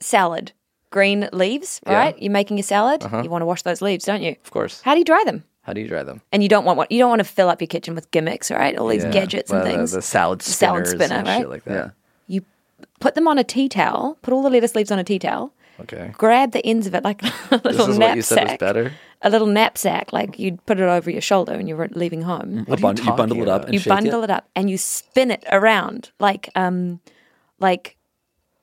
Speaker 2: salad. Green leaves, right? You're making a salad.
Speaker 3: Uh-huh.
Speaker 2: You want to wash those leaves, don't you?
Speaker 3: Of course.
Speaker 2: How do you dry them?
Speaker 3: How do you dry them?
Speaker 2: And you don't want what you don't want to fill up your kitchen with gimmicks, right? All these
Speaker 3: Yeah.
Speaker 2: gadgets and
Speaker 3: Well, the-
Speaker 2: things.
Speaker 3: The, salad
Speaker 2: Salad
Speaker 3: spinners
Speaker 2: spinner,
Speaker 3: and
Speaker 2: right?
Speaker 3: shit like that.
Speaker 2: you put them on a tea towel. Put all the lettuce leaves on a tea towel.
Speaker 3: Okay.
Speaker 2: Grab the ends of it like [laughs] a little
Speaker 3: This is
Speaker 2: knapsack.
Speaker 3: what you said was better.
Speaker 2: A little knapsack, like you'd put it over your shoulder when you were leaving home.
Speaker 4: A bun- you bundle
Speaker 3: talking
Speaker 4: it up
Speaker 3: about?
Speaker 4: and
Speaker 2: you
Speaker 4: shake
Speaker 2: bundle it. up and you spin it around like um like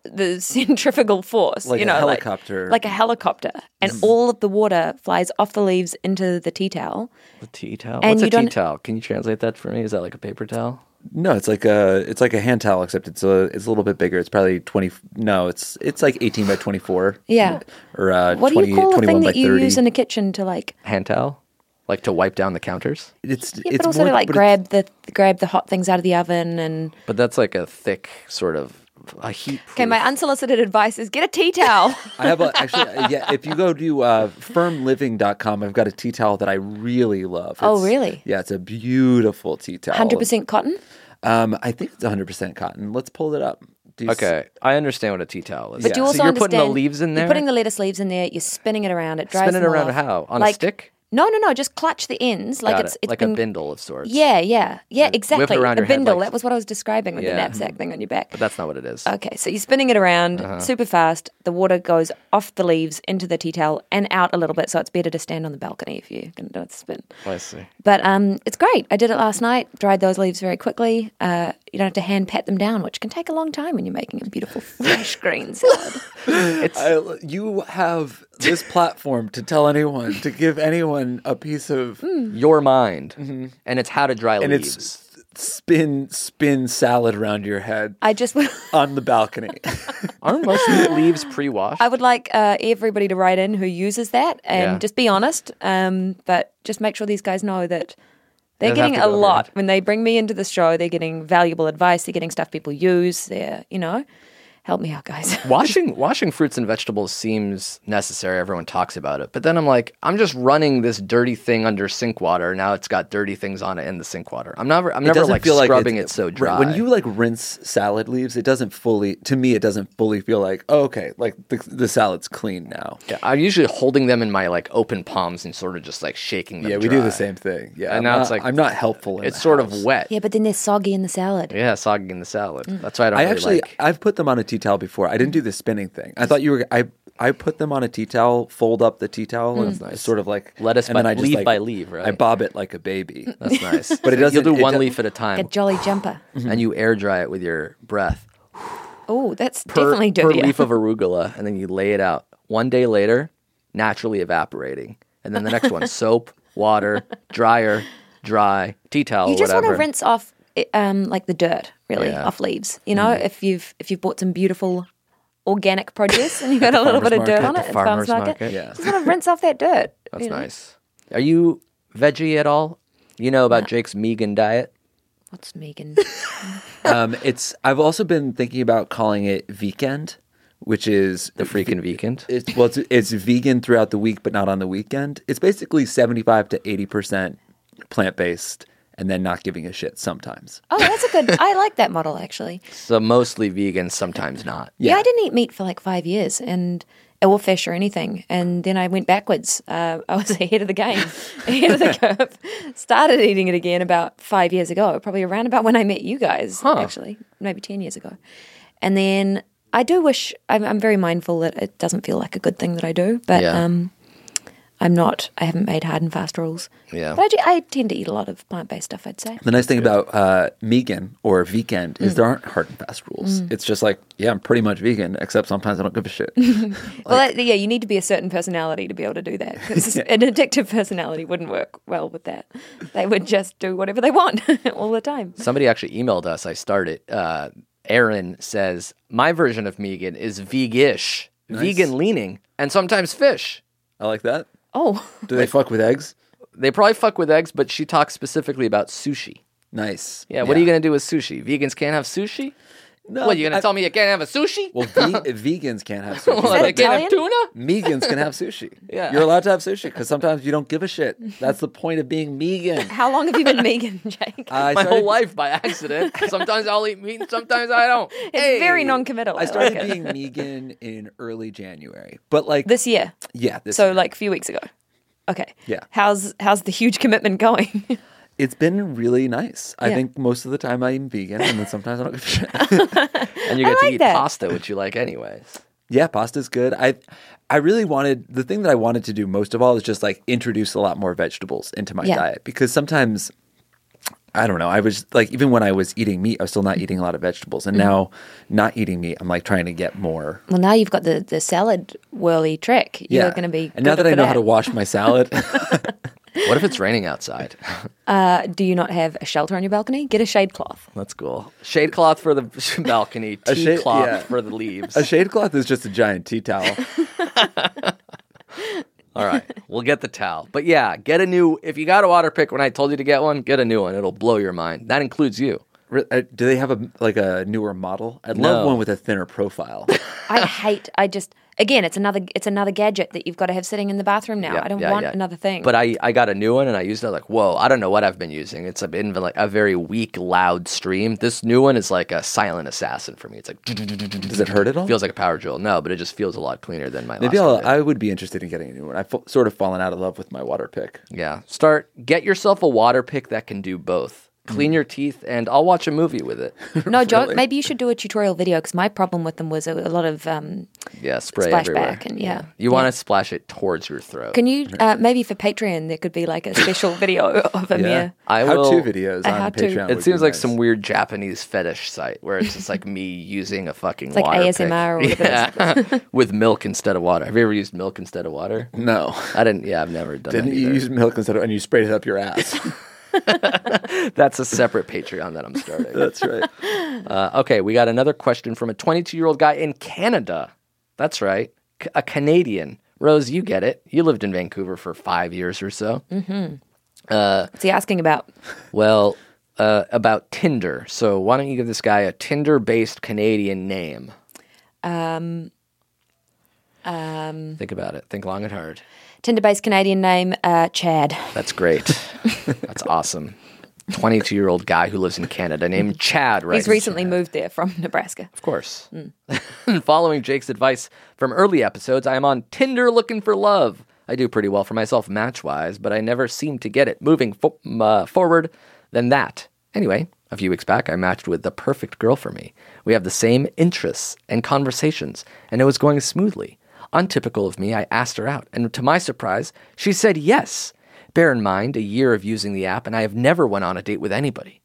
Speaker 2: the [laughs] centrifugal force
Speaker 4: Like
Speaker 2: you
Speaker 4: a
Speaker 2: know like-
Speaker 4: helicopter.
Speaker 2: like, a helicopter and
Speaker 3: Mm.
Speaker 2: all of the water flies off the leaves into the tea towel
Speaker 3: A tea towel?
Speaker 2: And
Speaker 3: What's
Speaker 2: you
Speaker 3: a tea
Speaker 2: don't-
Speaker 3: towel? Can you translate that for me? Is that like a paper towel?
Speaker 4: No, it's like a it's like a hand towel, except it's a it's a little bit bigger. It's probably twenty. No, it's it's like eighteen by twenty four.
Speaker 2: Yeah.
Speaker 4: Or uh,
Speaker 2: what
Speaker 4: 20,
Speaker 2: do you call the
Speaker 4: 21
Speaker 2: thing
Speaker 4: by
Speaker 2: that you
Speaker 4: 30.
Speaker 2: use in a kitchen to like
Speaker 3: Hand towel? Like to wipe down the counters?
Speaker 4: It's
Speaker 2: yeah,
Speaker 4: it's
Speaker 2: but also
Speaker 4: more-
Speaker 2: to like
Speaker 4: but it's-
Speaker 2: grab the grab the hot things out of the oven and
Speaker 3: But that's like a thick sort of a heat.
Speaker 2: okay my unsolicited advice is get a tea [laughs] towel
Speaker 4: I have a, actually, uh, yeah. If you go to uh, firmliving.com, I've got a tea towel that I really love.
Speaker 2: Oh,
Speaker 4: It's-
Speaker 2: really?
Speaker 4: Yeah, it's a beautiful tea towel.
Speaker 2: 100% cotton
Speaker 4: Um, I think it's 100% cotton. Let's pull it up. Do you s-
Speaker 3: Okay, I understand what a tea towel is.
Speaker 2: but you also
Speaker 3: so you're
Speaker 2: understand
Speaker 3: putting the leaves in there.
Speaker 2: you're putting the lettuce leaves in there you're spinning it around it dries
Speaker 3: Spin it
Speaker 2: them all
Speaker 3: around
Speaker 2: off.
Speaker 3: how? On a
Speaker 2: Like-
Speaker 3: stick?
Speaker 2: no no no just clutch the ends like
Speaker 3: Got
Speaker 2: it's
Speaker 3: it.
Speaker 2: it's
Speaker 3: like
Speaker 2: been
Speaker 3: a bindle of sorts.
Speaker 2: Yeah, yeah, yeah, exactly.
Speaker 3: around
Speaker 2: A
Speaker 3: your head
Speaker 2: bindle.
Speaker 3: like-
Speaker 2: That was what I was describing with the
Speaker 3: Yeah.
Speaker 2: knapsack thing on your back.
Speaker 3: but that's Uh-huh. not what it is.
Speaker 2: Okay, so you're spinning it around super fast. The water goes off the leaves into the tea towel and out a little bit, so it's better to stand on the balcony if you're going to do it spin.
Speaker 3: I see.
Speaker 2: But um, it's great. I did it last night. Dried those leaves very quickly. Uh, you don't have to hand pat them down, which can take a long time when you're making a beautiful [laughs] fresh green salad.
Speaker 4: I, you have this platform to tell anyone, to give anyone a piece of,
Speaker 2: Hmm.
Speaker 3: Your mind, and it's how to dry
Speaker 4: and
Speaker 3: leaves.
Speaker 4: it's spin, spin salad around your head
Speaker 3: [laughs]
Speaker 2: I just [laughs] would,
Speaker 4: on the balcony. [laughs]
Speaker 3: Aren't
Speaker 2: [laughs]
Speaker 3: most leaves pre-washed?
Speaker 2: I would like uh, everybody to write in who uses that and
Speaker 3: Yeah.
Speaker 2: just be honest. Um, but just make sure these guys know that they're
Speaker 3: Doesn't have
Speaker 2: getting
Speaker 3: to
Speaker 2: a
Speaker 3: go
Speaker 2: lot
Speaker 3: around.
Speaker 2: when they bring me into the show. They're getting valuable advice. They're getting stuff people use. They're you know, help me out, guys. [laughs]
Speaker 3: washing washing fruits and vegetables seems necessary everyone talks about it but then i'm like i'm just running this dirty thing under sink water now it's got dirty things on it in the sink water i'm never i'm
Speaker 4: It
Speaker 3: never
Speaker 4: doesn't
Speaker 3: like
Speaker 4: feel like
Speaker 3: scrubbing
Speaker 4: it's-
Speaker 3: it so
Speaker 4: right,
Speaker 3: dry
Speaker 4: When you like rinse salad leaves, it doesn't fully. To me, it doesn't fully feel like oh, okay, like the, the salad's clean now. Yeah,
Speaker 3: i'm usually holding them in my like open palms and sort of just like shaking them
Speaker 4: we do
Speaker 3: dry.
Speaker 4: the same thing. Yeah,
Speaker 3: And
Speaker 4: I'm
Speaker 3: now
Speaker 4: not,
Speaker 3: it's like-
Speaker 4: I'm not helpful. In
Speaker 3: it's
Speaker 4: the
Speaker 3: sort
Speaker 4: house.
Speaker 3: of wet yeah,
Speaker 2: yeah, but then they're soggy in the salad.
Speaker 3: soggy in the salad that's why i don't
Speaker 4: I
Speaker 3: really
Speaker 4: actually,
Speaker 3: like
Speaker 4: I've put them on a tea towel before. I didn't do the spinning thing. I thought you were. I I put them on a tea towel, fold up the tea towel, and it's sort of like
Speaker 3: Hmm. Lettuce
Speaker 4: and
Speaker 3: by-
Speaker 4: then I just,
Speaker 3: leaf
Speaker 4: like,
Speaker 3: by leaf, right?
Speaker 4: I bob it like a baby.
Speaker 3: that's nice
Speaker 4: But it doesn't-
Speaker 3: you'll
Speaker 4: it
Speaker 3: do one
Speaker 4: do-
Speaker 3: leaf at a time
Speaker 2: Like a jolly [laughs] jumper.
Speaker 3: and you air dry it with your breath
Speaker 2: Oh, that's
Speaker 3: per,
Speaker 2: definitely
Speaker 3: per
Speaker 2: dirty.
Speaker 3: leaf of arugula, and then you lay it out. One day later, naturally evaporating, and then the next
Speaker 2: [laughs]
Speaker 3: one: soap, water, dryer, dry, tea towel,
Speaker 2: you just
Speaker 3: whatever.
Speaker 2: want to rinse off i- um, like the dirt really
Speaker 3: Yeah. Mm-hmm.
Speaker 2: off leaves you know if you've if you've bought some beautiful organic produce and you've got a little bit of dirt
Speaker 4: market.
Speaker 2: on it
Speaker 3: At the
Speaker 2: at the
Speaker 3: farmer's
Speaker 2: farmers market,
Speaker 3: market. Yeah.
Speaker 2: just want to rinse off that dirt
Speaker 3: That's
Speaker 2: you know.
Speaker 3: nice. Are you veggie at all? You know about Jake's Megan diet?
Speaker 2: what's megan [laughs]
Speaker 4: um, it's. I've also been thinking about calling it weekend, which is
Speaker 3: The freaking weekend.
Speaker 4: It's well, it's, it's vegan throughout the week, but not on the weekend. It's basically seventy-five to eighty percent plant-based, and then not giving a shit sometimes.
Speaker 2: oh that's a good i like that model actually
Speaker 3: So mostly vegan, sometimes not.
Speaker 2: yeah. i didn't eat meat for like five years and or fish or anything. And then I went backwards. Uh, I was [laughs] ahead of the game, ahead
Speaker 3: [laughs]
Speaker 2: of the curve. Started eating it again about five years ago, probably around about when I met you guys, actually, maybe 10 years ago. And then I do wish, I'm, I'm very mindful that it doesn't feel like a good thing that I do, but
Speaker 3: Yeah.
Speaker 2: um, I'm not, I haven't made hard and fast rules.
Speaker 3: Yeah.
Speaker 2: But I, do, I tend to eat a lot of plant based stuff, I'd say.
Speaker 4: The nice thing about uh, vegan or weekend is there aren't hard and fast rules. It's just like, yeah, I'm pretty much vegan, except sometimes I don't give a shit.
Speaker 2: Well, that, yeah, you need to be a certain personality to be able to do that. [laughs] 'cause an addictive personality wouldn't work well with that. They would just do whatever they want [laughs] all the time.
Speaker 3: Somebody actually emailed us. I started. Uh, Aaron says my version of vegan is vegish, vegan leaning, and sometimes fish.
Speaker 4: I like that.
Speaker 2: Oh, [laughs]
Speaker 4: Do they fuck with eggs?
Speaker 3: They probably fuck with eggs, but she talks specifically about sushi.
Speaker 4: Nice.
Speaker 3: Yeah, what are you gonna do with sushi? Vegans can't have sushi.
Speaker 4: No,
Speaker 3: What you gonna
Speaker 4: I-
Speaker 3: tell me you can't have a sushi? [laughs]
Speaker 4: Well, ve- [laughs] vegans can't have sushi.
Speaker 3: Well,
Speaker 2: that
Speaker 3: they can't have
Speaker 2: Italian?
Speaker 3: tuna.
Speaker 4: Megans can have sushi.
Speaker 3: Yeah.
Speaker 4: You're allowed to have sushi because sometimes you don't give a shit. That's the point of being vegan.
Speaker 2: how long have you [laughs] been vegan, Jake?
Speaker 4: I
Speaker 3: my
Speaker 4: started-
Speaker 3: whole life by accident. Sometimes I'll eat meat and sometimes I don't.
Speaker 2: [laughs] [laughs] it's
Speaker 3: Hey.
Speaker 2: very non-committal.
Speaker 4: I
Speaker 2: I
Speaker 4: started
Speaker 2: like it.
Speaker 4: being vegan in early January. But like
Speaker 2: this year.
Speaker 4: yeah, this
Speaker 2: so
Speaker 4: year.
Speaker 2: like a few weeks ago. Okay.
Speaker 4: Yeah.
Speaker 2: How's how's the huge commitment going? [laughs]
Speaker 4: it's been really nice. I
Speaker 2: Yeah.
Speaker 4: think most of the time I'm vegan and then sometimes I don't give a shit. [laughs]
Speaker 3: And you get
Speaker 2: like
Speaker 3: to eat
Speaker 2: that.
Speaker 3: pasta, which you like anyways.
Speaker 4: Yeah, pasta's good. I I really wanted the thing that I wanted to do most of all is just like introduce a lot more vegetables into my
Speaker 2: Yeah.
Speaker 4: diet because sometimes I don't know. I was like even when I was eating meat, I was still not eating a lot of vegetables. And now not eating meat, I'm like trying to get more.
Speaker 2: well, now you've got the the salad whirly trick. You're
Speaker 4: yeah.
Speaker 2: going to be.
Speaker 4: And now
Speaker 2: good
Speaker 4: that I
Speaker 2: for
Speaker 4: know how to wash my
Speaker 2: [laughs]
Speaker 6: [laughs]
Speaker 4: salad,
Speaker 3: What if it's raining outside? [laughs]
Speaker 2: Uh, do you not have a shelter on your balcony? Get a shade cloth.
Speaker 3: That's cool. Shade cloth for the [laughs] balcony, tea
Speaker 4: shade-
Speaker 3: cloth
Speaker 4: yeah.
Speaker 3: for the
Speaker 2: [laughs]
Speaker 3: leaves.
Speaker 4: a shade cloth is just a giant tea towel.
Speaker 3: All right, we'll get the towel. But yeah, get a new. If you got a water pick when I told you to get one, get a new one. It'll blow your mind. That includes you.
Speaker 4: Re- uh, Do they have a like a newer model? I'd love
Speaker 3: No.
Speaker 4: one with a thinner
Speaker 6: [laughs]
Speaker 4: profile. [laughs]
Speaker 2: I hate. I just again, it's another it's another gadget that you've got to have sitting in the bathroom now.
Speaker 3: Yeah,
Speaker 2: I don't
Speaker 3: yeah,
Speaker 2: want
Speaker 3: yeah.
Speaker 2: another thing.
Speaker 3: But I, I got a new one and I used it. Like, whoa, I don't know what I've been using. It's been like a very weak, loud stream. This new one is like a silent assassin for me. It's like
Speaker 4: Does it hurt at all?
Speaker 3: feels like a power drill. No, but it just feels a lot cleaner than my.
Speaker 4: Maybe
Speaker 3: last one
Speaker 4: I'll,
Speaker 3: did.
Speaker 4: I would be interested in getting a new one. I've fo- sort of fallen out of love with my water pick.
Speaker 3: Yeah. Start get yourself a water pick that can do both.
Speaker 4: Mm-hmm.
Speaker 3: Clean your teeth and I'll watch a movie with it. [laughs]
Speaker 2: no, John, maybe you should do a tutorial video because my problem with them was a, a lot of. Um,
Speaker 3: Yeah, spray
Speaker 2: Splash
Speaker 3: everywhere.
Speaker 2: back and- yeah.
Speaker 3: You want to splash it towards your throat.
Speaker 2: can you uh, maybe for Patreon there could be like
Speaker 3: [laughs]
Speaker 2: a special video of a mere
Speaker 3: I
Speaker 4: how
Speaker 3: will-
Speaker 4: to videos
Speaker 2: I
Speaker 4: on
Speaker 2: had to.
Speaker 4: Patreon.
Speaker 3: it
Speaker 4: would
Speaker 3: seems
Speaker 4: be
Speaker 3: like
Speaker 4: nice.
Speaker 3: some weird Japanese fetish site where it's just like me using a fucking
Speaker 2: like
Speaker 3: water pick.
Speaker 2: ASMR or whatever
Speaker 3: yeah. [laughs] with milk instead of water. Have you ever used milk instead of water?
Speaker 4: No, [laughs]
Speaker 6: [laughs]
Speaker 3: I didn't. Yeah, I've never done
Speaker 4: Mm-hmm. didn't
Speaker 3: that
Speaker 4: you
Speaker 3: either.
Speaker 4: use milk instead of and you sprayed it up your [laughs] ass?
Speaker 3: [laughs] That's a separate Patreon that I'm starting.
Speaker 4: [laughs] That's right.
Speaker 3: Uh, okay, we got another question from a 22 year old guy in Canada. That's right, C- a Canadian. Rose, you get it. You lived in Vancouver for five years or so.
Speaker 2: What's he asking about?
Speaker 3: Well, uh, about Tinder. So why don't you give this guy a Tinder based Canadian name? Um, um, Think about it. Think long and hard.
Speaker 2: Tinder based Canadian name uh, Chad.
Speaker 3: That's
Speaker 2: [laughs]
Speaker 3: great. That's awesome. 22 year old guy who lives in Canada named Chad, right?
Speaker 2: He's recently moved there from [laughs] Nebraska.
Speaker 3: Of course. Hmm. [laughs] Following Jake's advice from early episodes, I am on Tinder looking for love. I do pretty well for myself match wise, but I never seem to get it moving fo- m- uh, forward than that. Anyway, a few weeks back, I matched with the perfect girl for me. We have the same interests and conversations, and it was going smoothly. Untypical of me, I asked her out, and to my surprise, she said yes. Bear in mind, a year of using the app, and I have never went on a date with anybody.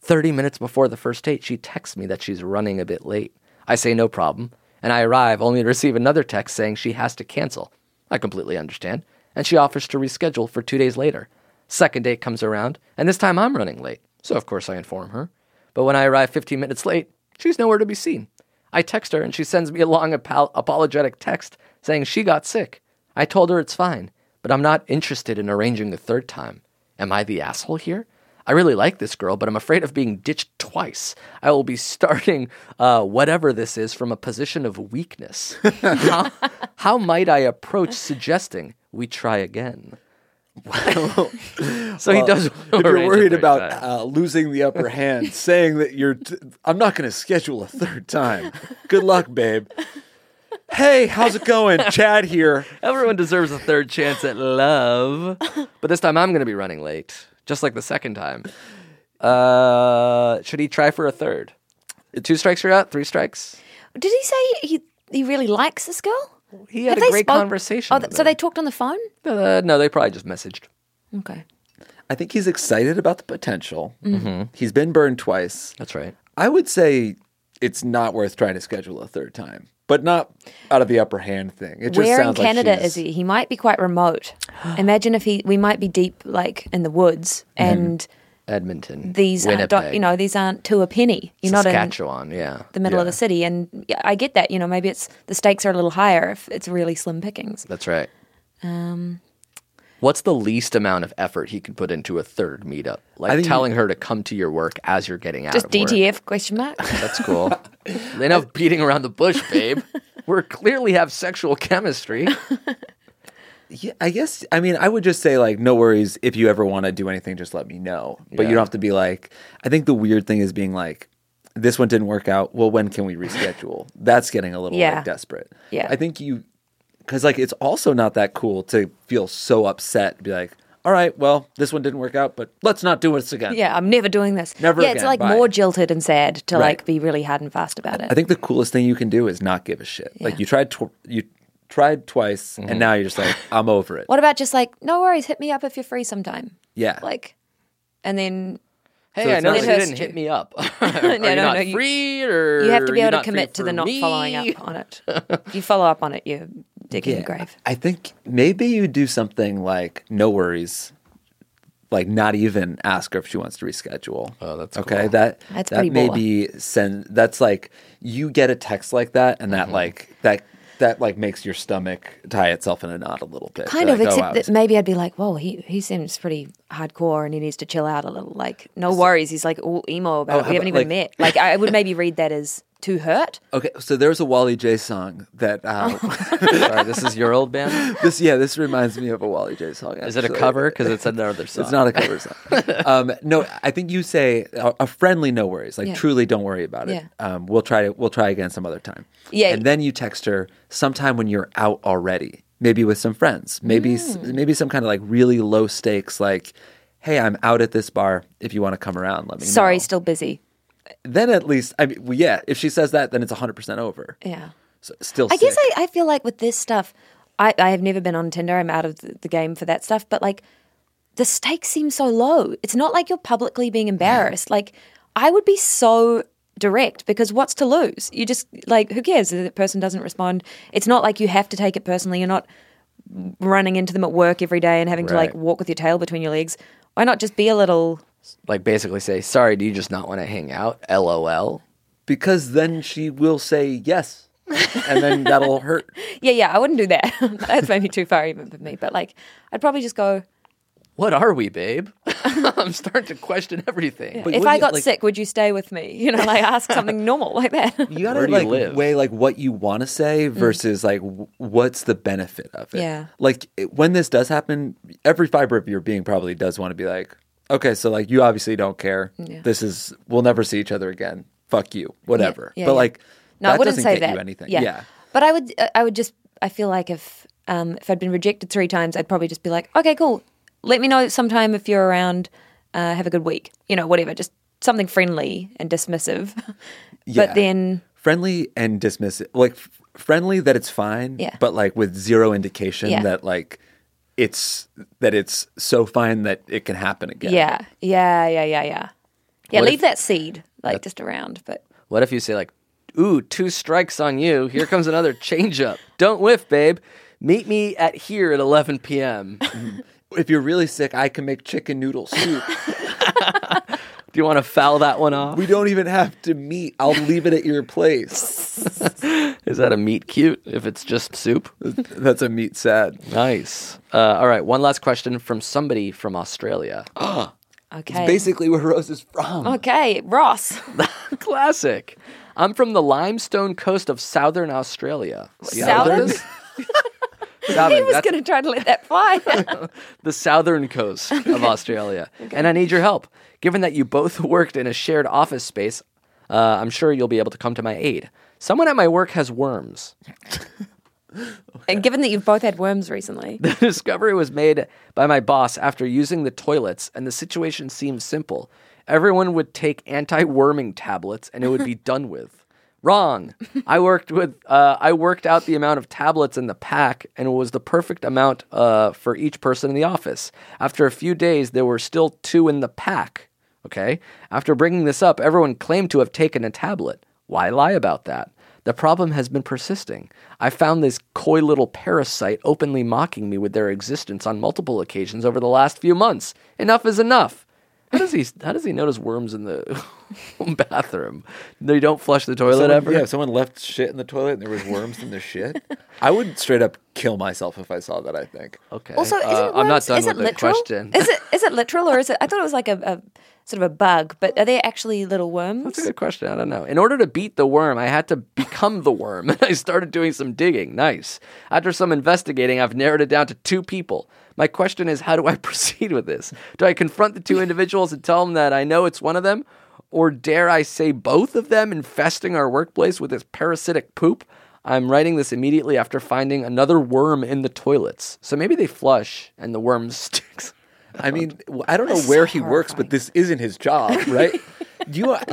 Speaker 3: 30 minutes before the first date, she texts me that she's running a bit late. I say no problem, and I arrive only to receive another text saying she has to cancel. I completely understand, and she offers to reschedule for two days later. Second date comes around, and this time I'm running late, so of course I inform her. But when I arrive 15 minutes late, she's nowhere to be seen. I text her, and she sends me [laughs] a long apo- apologetic text saying she got sick. I told her it's fine, but I'm not interested in arranging a third time. Am I the asshole here? I really like this girl, but I'm afraid of being ditched twice. I will be [laughs] starting uh, whatever this is from a position
Speaker 4: [laughs]
Speaker 3: of weakness. how, how might I approach suggesting we try again? [laughs] so he does.
Speaker 4: If
Speaker 3: arrange
Speaker 4: you're
Speaker 3: a
Speaker 4: worried
Speaker 3: third
Speaker 4: about
Speaker 3: time.
Speaker 4: uh, losing the upper [laughs] hand, saying that you're, t- I'm not going to schedule a third time. Good luck, babe.
Speaker 6: Hey, how's
Speaker 2: [laughs]
Speaker 6: it going? Chad here.
Speaker 3: Everyone deserves a third chance at love. But this time I'm going to be running late, just like the second time. Uh, should he try for a third? Two strikes, you're out. Three strikes.
Speaker 2: Did he say he he really likes this girl?
Speaker 3: He had
Speaker 2: Have
Speaker 3: a
Speaker 2: they
Speaker 3: great
Speaker 2: spoke-
Speaker 3: conversation.
Speaker 2: Oh,
Speaker 3: with
Speaker 2: th- so
Speaker 3: her.
Speaker 2: they talked on the phone.
Speaker 3: Uh, no, they probably just messaged.
Speaker 2: Okay.
Speaker 6: I think he's excited about the potential.
Speaker 2: Mm-hmm.
Speaker 6: He's been burned twice.
Speaker 3: That's right.
Speaker 6: I would say it's not worth trying to schedule a third time, but not out of the upper hand thing. It just
Speaker 2: Where in
Speaker 6: sounds like
Speaker 2: Canada
Speaker 6: she's-
Speaker 2: is he? He might be quite remote. Imagine if he we might be deep like in the woods and
Speaker 3: Edmonton.
Speaker 2: these aren't do-
Speaker 3: Winnipeg,
Speaker 2: you know these aren't two a penny. You're not in
Speaker 3: Saskatchewan. yeah.
Speaker 2: the middle of
Speaker 6: Yeah.
Speaker 2: the city and yeah, I get that, you know, maybe it's the stakes are a little higher if it's really slim pickings.
Speaker 3: That's right.
Speaker 2: Um
Speaker 3: What's the least amount of effort he could put into a third meetup? Like
Speaker 6: think-
Speaker 3: telling her to come to your work as you're getting out.
Speaker 2: just
Speaker 3: of work.
Speaker 2: DTF question mark.
Speaker 3: That's cool.
Speaker 2: [laughs]
Speaker 3: Enough beating around the bush, babe. We're clearly have sexual chemistry.
Speaker 6: Yeah, I guess. I mean, I would just say like, no worries. If you ever want to do anything, just let me know. But you
Speaker 3: Yeah.
Speaker 6: don't have to be like. I think the weird thing is being like, this one didn't work out. Well, when can we reschedule? That's getting a little
Speaker 2: Yeah.
Speaker 6: like desperate.
Speaker 2: Yeah.
Speaker 6: I think you, because like it's also not that cool to feel so upset. Be like, all right, well, this one didn't work out, but let's not do this again.
Speaker 2: [laughs] yeah, I'm never doing this.
Speaker 6: Never
Speaker 2: yeah, it's
Speaker 6: again,
Speaker 2: like
Speaker 6: bye.
Speaker 2: more jilted and sad to
Speaker 6: Right.
Speaker 2: like be really hard and fast about it.
Speaker 6: I think the coolest thing you can do is not give a shit. Like you tried, tw- you tried twice,
Speaker 3: Mm-hmm.
Speaker 6: and now you're just like, I'm over it.
Speaker 2: what about just like, no worries, hit me up if you're free sometime.
Speaker 6: Yeah.
Speaker 2: Like and then [laughs]
Speaker 3: Hey,
Speaker 6: So
Speaker 3: I
Speaker 6: it's
Speaker 3: know
Speaker 6: not
Speaker 3: you
Speaker 6: like-
Speaker 3: didn't hit me up. [laughs] Are you
Speaker 2: no,
Speaker 3: not
Speaker 2: no, you-
Speaker 3: free or
Speaker 2: You have to be
Speaker 3: you're
Speaker 2: able to
Speaker 3: not free
Speaker 2: commit to the
Speaker 3: for
Speaker 2: not
Speaker 3: me?
Speaker 2: following up on [laughs] it. if you follow up on it, you're digging your grave.
Speaker 6: I think maybe you do something like no worries, like not even ask her if she wants to reschedule.
Speaker 3: Oh, that's
Speaker 6: okay.
Speaker 3: cool.
Speaker 6: That
Speaker 2: That's
Speaker 6: that
Speaker 2: pretty baller.
Speaker 6: maybe send. That's like you get a text like that, and
Speaker 3: Mm-hmm.
Speaker 6: that like that that like makes your stomach tie itself in a knot a little bit.
Speaker 2: Kind
Speaker 6: You're
Speaker 2: of,
Speaker 6: like, oh,
Speaker 2: except
Speaker 6: I
Speaker 2: that
Speaker 6: was-
Speaker 2: maybe I'd be like, "Whoa, he he seems pretty hardcore, and he needs to chill out a little." Like, no worries, he's like all emo about
Speaker 6: Oh,
Speaker 2: it.
Speaker 6: how
Speaker 2: We haven't
Speaker 6: about,
Speaker 2: even met. Like, I would maybe read that as too hurt.
Speaker 6: Okay, so there's a Wally J song that uh,
Speaker 2: Oh.
Speaker 6: [laughs]
Speaker 3: Sorry, this is your old
Speaker 2: [laughs]
Speaker 3: band.
Speaker 6: this yeah this reminds me of a Wally J song.
Speaker 3: Is it a
Speaker 6: actually.
Speaker 3: cover? Because it's another song.
Speaker 6: It's not a cover song. um, no, I think you say a, a friendly no worries, like
Speaker 2: Yeah.
Speaker 6: truly don't worry about it.
Speaker 2: Yeah.
Speaker 6: Um, we'll try to we'll try again some other time.
Speaker 2: Yeah.
Speaker 6: And then you text her sometime when you're out already, maybe with some friends, maybe s-
Speaker 2: Mm.
Speaker 6: maybe some kind of like really low stakes, like, hey, I'm out at this bar. If you want to come around, let me
Speaker 2: Sorry,
Speaker 6: know.
Speaker 2: still busy.
Speaker 6: Then at least, I mean, well, yeah, if she says that, then it's 100 percent over.
Speaker 2: Yeah.
Speaker 6: So, still,
Speaker 2: I guess
Speaker 6: sick.
Speaker 2: I, I feel like with this stuff, I, I have never been on Tinder. I'm out of the, the game for that stuff. But like, the stakes seem so low. It's not like you're publicly being embarrassed. Like, I would be so direct because what's to lose? You just like who cares if the person doesn't respond? It's not like you have to take it personally. You're not running into them at work every day and having to like
Speaker 3: Right.
Speaker 2: walk with your tail between your legs. Why not just be a little?
Speaker 3: like basically say, "Sorry, do you just not want to hang out?" LOL.
Speaker 6: because then she will say yes, and then that'll hurt.
Speaker 2: Yeah, yeah. I wouldn't do that. [laughs] That's maybe too far even for me. But like, I'd probably just go.
Speaker 3: What are we, babe? [laughs] I'm starting to question everything.
Speaker 6: But
Speaker 2: if
Speaker 6: wouldn't
Speaker 2: I
Speaker 6: you,
Speaker 2: got
Speaker 6: like-
Speaker 2: sick, would you stay with me? [laughs] You know, like ask
Speaker 6: [laughs]
Speaker 2: something normal like that.
Speaker 6: you gotta
Speaker 3: Where do you
Speaker 6: like
Speaker 3: live?
Speaker 6: weigh like what you want to say versus like w- what's the benefit of it.
Speaker 2: Mm. Yeah.
Speaker 6: Like it- when this does happen, every fiber of your being probably does want to be like, okay, so like you obviously don't care. This is we'll never see each other again. Fuck you, whatever.
Speaker 2: yeah,
Speaker 6: but
Speaker 2: yeah.
Speaker 6: like,
Speaker 2: No,
Speaker 6: that
Speaker 2: I wouldn't
Speaker 6: doesn't
Speaker 2: say
Speaker 6: get
Speaker 2: that.
Speaker 6: you anything.
Speaker 2: Yeah.
Speaker 6: Yeah.
Speaker 2: But I would. uh, I would just. I feel like if um, if I'd been rejected three times, I'd probably just be like, okay, cool. Let me know sometime if you're around. Uh, have a good week. You know, whatever. Just something friendly and dismissive. [laughs]
Speaker 6: Yeah.
Speaker 2: But then,
Speaker 6: friendly and dismissive, like f- friendly that it's fine.
Speaker 2: Yeah.
Speaker 6: But like with zero indication
Speaker 2: Yeah.
Speaker 6: that like it's that it's so fine that it can happen again.
Speaker 2: yeah, yeah, yeah, yeah, yeah. Yeah,
Speaker 3: What
Speaker 2: leave
Speaker 3: if-
Speaker 2: that seed like just around. But
Speaker 3: What if you say like, "Ooh, two strikes on you. Here comes another changeup. Don't whiff, babe. Meet me at here at 11 p.m. Do
Speaker 6: If you're really sick, I can make chicken noodle soup.
Speaker 3: you want to foul that one
Speaker 2: [laughs]
Speaker 3: off?
Speaker 6: We don't even have to meet. I'll leave it at
Speaker 2: [laughs]
Speaker 6: your place.
Speaker 3: Is that a meat cute? If it's just
Speaker 6: [laughs]
Speaker 3: soup,
Speaker 6: That's a meat sad.
Speaker 3: nice. Uh, all right, one last question from somebody from
Speaker 2: [gasps]
Speaker 3: Australia. [gasps]
Speaker 2: okay, Oh,
Speaker 6: Basically, where Rose is from.
Speaker 2: okay, Ross.
Speaker 3: Classic. I'm from the limestone coast of southern Australia. See how that
Speaker 2: Southern?
Speaker 3: is? [laughs]
Speaker 2: [laughs] he was
Speaker 3: that's-
Speaker 2: going to try to let that fly.
Speaker 3: the southern coast [laughs] of Australia. And I need your help. Given that you both worked in a shared office space, Uh, I'm sure you'll be able to come to my aid. Someone at my work has worms.
Speaker 2: [laughs] And given that you've both had worms recently,
Speaker 3: [laughs] The discovery was made by my boss after using the toilets, and the situation seemed simple. Everyone would take anti worming tablets and it would be done with. Wrong. I worked with uh, I worked out the amount of tablets in the pack and it was the perfect amount uh, for each person in the office. After a few days, there were still two in the pack. Okay. After bringing this up, everyone claimed to have taken a tablet. Why lie about that? The problem has been persisting. I found this coy little parasite openly mocking me with their existence on multiple occasions over the last few months. Enough is enough. How does he? How does he notice worms in the [laughs] bathroom? They don't flush the toilet
Speaker 6: Someone-
Speaker 3: ever.
Speaker 6: Yeah, if someone left shit in the toilet and there was worms in
Speaker 2: [laughs]
Speaker 6: the shit, I would straight up kill myself if I saw that. I think.
Speaker 3: Okay.
Speaker 2: also isn't
Speaker 3: Uh, I'm not
Speaker 2: worms-
Speaker 3: done
Speaker 2: is
Speaker 3: with
Speaker 2: it
Speaker 3: the
Speaker 2: literal?
Speaker 3: question.
Speaker 2: Is it is it literal or is it? I thought it was like a, a sort of a bug, but are they actually little worms?
Speaker 3: That's a good question. I don't know. In order to beat the worm, I had to become the worm, [laughs] and I started doing some digging. Nice. After some investigating, I've narrowed it down to two people. My question is, how do I [laughs] proceed with this? Do I confront the two individuals and tell them that I know it's one of them, or dare I say both of them infesting our workplace with this parasitic poop? I'm writing this immediately after finding another worm in the toilets. So maybe they flush and the worm [laughs] sticks.
Speaker 6: I mean, w- I don't know where he works, but this isn't his job,
Speaker 2: [laughs]
Speaker 6: right? you are,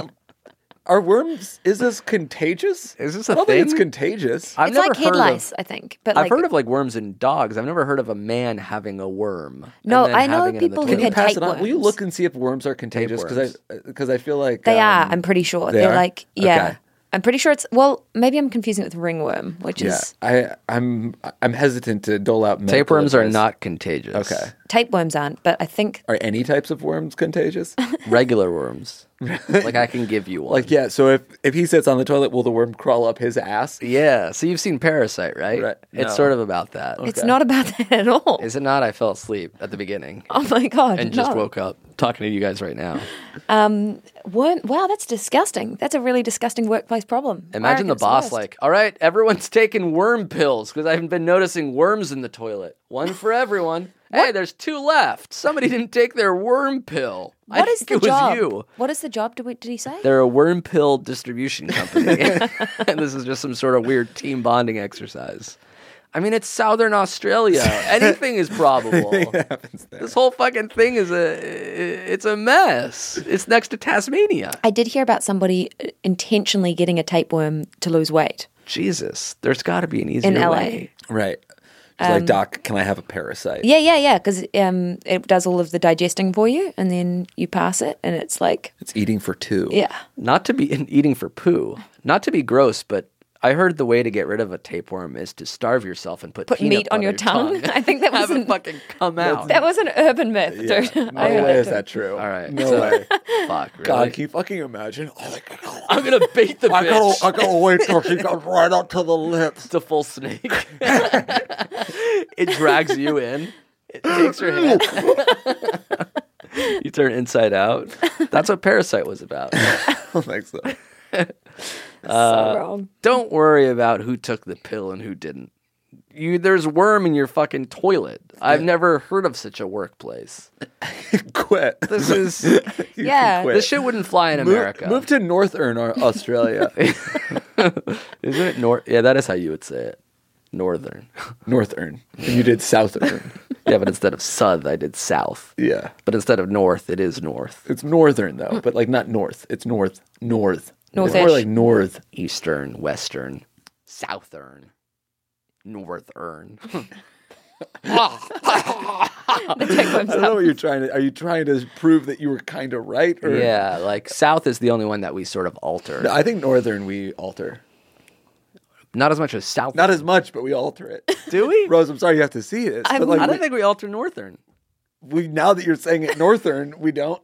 Speaker 6: are worms? Is this contagious?
Speaker 3: Is this
Speaker 6: I
Speaker 3: a
Speaker 6: don't think it's
Speaker 3: thing?
Speaker 6: contagious.
Speaker 3: I've
Speaker 2: it's like head
Speaker 3: of-
Speaker 2: lice, I think. But
Speaker 3: I've
Speaker 2: like,
Speaker 3: heard of like worms in dogs. I've never heard of a man having a worm. and
Speaker 2: No,
Speaker 3: then
Speaker 2: I know
Speaker 3: having it in the
Speaker 2: people who
Speaker 6: Can
Speaker 3: toilet.
Speaker 6: you
Speaker 2: had
Speaker 6: pass it on? Will you
Speaker 2: tapeworms.
Speaker 6: look and see if worms are contagious? Because I because I feel like
Speaker 2: they
Speaker 6: um,
Speaker 2: are. I'm pretty sure
Speaker 6: they
Speaker 2: they are
Speaker 6: are?
Speaker 2: like yeah.
Speaker 6: Okay.
Speaker 2: I'm pretty sure it's well. Maybe I'm confusing it with ringworm, which
Speaker 6: Yeah,
Speaker 2: is
Speaker 6: I I'm I'm hesitant to dole out. medical
Speaker 3: Tapeworms are
Speaker 6: advice.
Speaker 3: not contagious.
Speaker 6: Okay.
Speaker 2: tapeworms aren't. But I think
Speaker 6: Are any types of worms
Speaker 2: [laughs]
Speaker 6: contagious?
Speaker 3: [laughs] Regular [laughs] worms. like I can give you one.
Speaker 6: like yeah. So if if he sits on the toilet, will the worm crawl up his ass?
Speaker 3: yeah. So you've seen Parasite, right?
Speaker 6: Right.
Speaker 3: It's
Speaker 6: No.
Speaker 3: sort of about that. Is
Speaker 2: it's not about that at all.
Speaker 3: it not? I fell asleep at the beginning
Speaker 2: [laughs] oh my god!
Speaker 3: and just
Speaker 2: no.
Speaker 3: woke up talking to you guys right now.
Speaker 2: Worm, wow, that's disgusting. That's a really disgusting workplace problem. I
Speaker 3: Imagine
Speaker 2: reckon
Speaker 3: the
Speaker 2: it's worst.
Speaker 3: boss like, "All right, everyone's taking worm pills because I've been noticing worms in the toilet. One for
Speaker 2: [laughs]
Speaker 3: everyone. hey, there's two left. Somebody didn't take their worm pill.
Speaker 2: What
Speaker 3: I
Speaker 2: is
Speaker 3: think
Speaker 2: the
Speaker 3: it was
Speaker 2: job?
Speaker 3: you."
Speaker 2: What is the job? Did, we, did he say?
Speaker 3: They're a worm pill distribution
Speaker 6: [laughs]
Speaker 3: company. and this is just some sort of weird team bonding exercise. I mean, it's Southern
Speaker 6: [laughs]
Speaker 3: Australia. Anything is probable. This whole fucking thing is a it's a mess. It's next to Tasmania.
Speaker 2: I did hear about somebody uh, intentionally getting a tapeworm to lose weight.
Speaker 3: Jesus, there's got to be an easier
Speaker 2: In LA.
Speaker 3: way.
Speaker 6: Right. She's like, Doc, can I have a parasite?
Speaker 2: Yeah, yeah, yeah, because um, it does all of the digesting for you, and then you pass it, and it's like,
Speaker 6: It's eating for two.
Speaker 2: yeah,
Speaker 3: Not to be [laughs] and eating for poo. Not to be gross, but I heard the way to get rid of a tapeworm is to starve yourself and put,
Speaker 2: put
Speaker 3: peanut
Speaker 2: meat on
Speaker 3: on
Speaker 2: your, tongue. [laughs] I think
Speaker 3: [laughs]
Speaker 2: that was
Speaker 3: Have
Speaker 2: an,
Speaker 3: it fucking come out.
Speaker 2: that was an urban myth, dude. [laughs]
Speaker 6: No
Speaker 2: I heard
Speaker 6: way
Speaker 2: it
Speaker 6: is
Speaker 2: too.
Speaker 6: that true.
Speaker 3: All right.
Speaker 6: No
Speaker 3: so-
Speaker 6: way.
Speaker 3: Fuck. [laughs] Really?
Speaker 6: God, can you fucking imagine? [laughs] Oh, my God.
Speaker 3: I'm gonna bait the [laughs] bitch.
Speaker 6: I gotta, I gotta wait till she comes right up to the
Speaker 3: [laughs]
Speaker 6: lips. [laughs]
Speaker 3: It's a full snake. it drags you in. It takes your hand. [laughs] you turn inside out. That's what Parasite was about.
Speaker 6: I don't think so.
Speaker 3: Uh,
Speaker 2: so wrong.
Speaker 3: Don't worry about who took the pill and who didn't. You, there's worm in your fucking toilet. I've never heard of such a workplace.
Speaker 6: Quit. [laughs]
Speaker 3: [laughs] This is
Speaker 6: You
Speaker 2: Yeah.
Speaker 6: can quit.
Speaker 3: this shit wouldn't fly in
Speaker 6: Move-
Speaker 3: America.
Speaker 6: Move,
Speaker 3: [laughs]
Speaker 6: to Northern or Australia.
Speaker 3: Isn't it north? Yeah, that is how you would say it. Northern.
Speaker 6: Northern. You did Southern.
Speaker 3: yeah, but instead of south, I did south.
Speaker 6: Yeah.
Speaker 3: But instead of north, it is north.
Speaker 6: It's Northern, though, but like not North.
Speaker 2: [coughs]
Speaker 6: It's North. North. It's
Speaker 2: North-ish.
Speaker 6: more like North.
Speaker 3: Eastern, Western, Southern, Northern.
Speaker 2: The tapeworm's
Speaker 6: I don't know
Speaker 2: out.
Speaker 6: what you're trying to. Are you trying to prove that you were kind of right?
Speaker 3: [laughs]
Speaker 6: Or,
Speaker 3: yeah, like South is the only one that we sort of alter.
Speaker 6: No, I think Northern we alter.
Speaker 3: Not as much as South.
Speaker 6: Not as much, but we alter
Speaker 2: [laughs]
Speaker 6: it.
Speaker 3: do we?
Speaker 6: Rose, I'm sorry you have to see this.
Speaker 2: I'm-
Speaker 6: but like,
Speaker 3: I
Speaker 6: we-
Speaker 3: don't think we alter Northern.
Speaker 6: [laughs] we now that you're saying it northern,
Speaker 2: [laughs]
Speaker 6: we don't.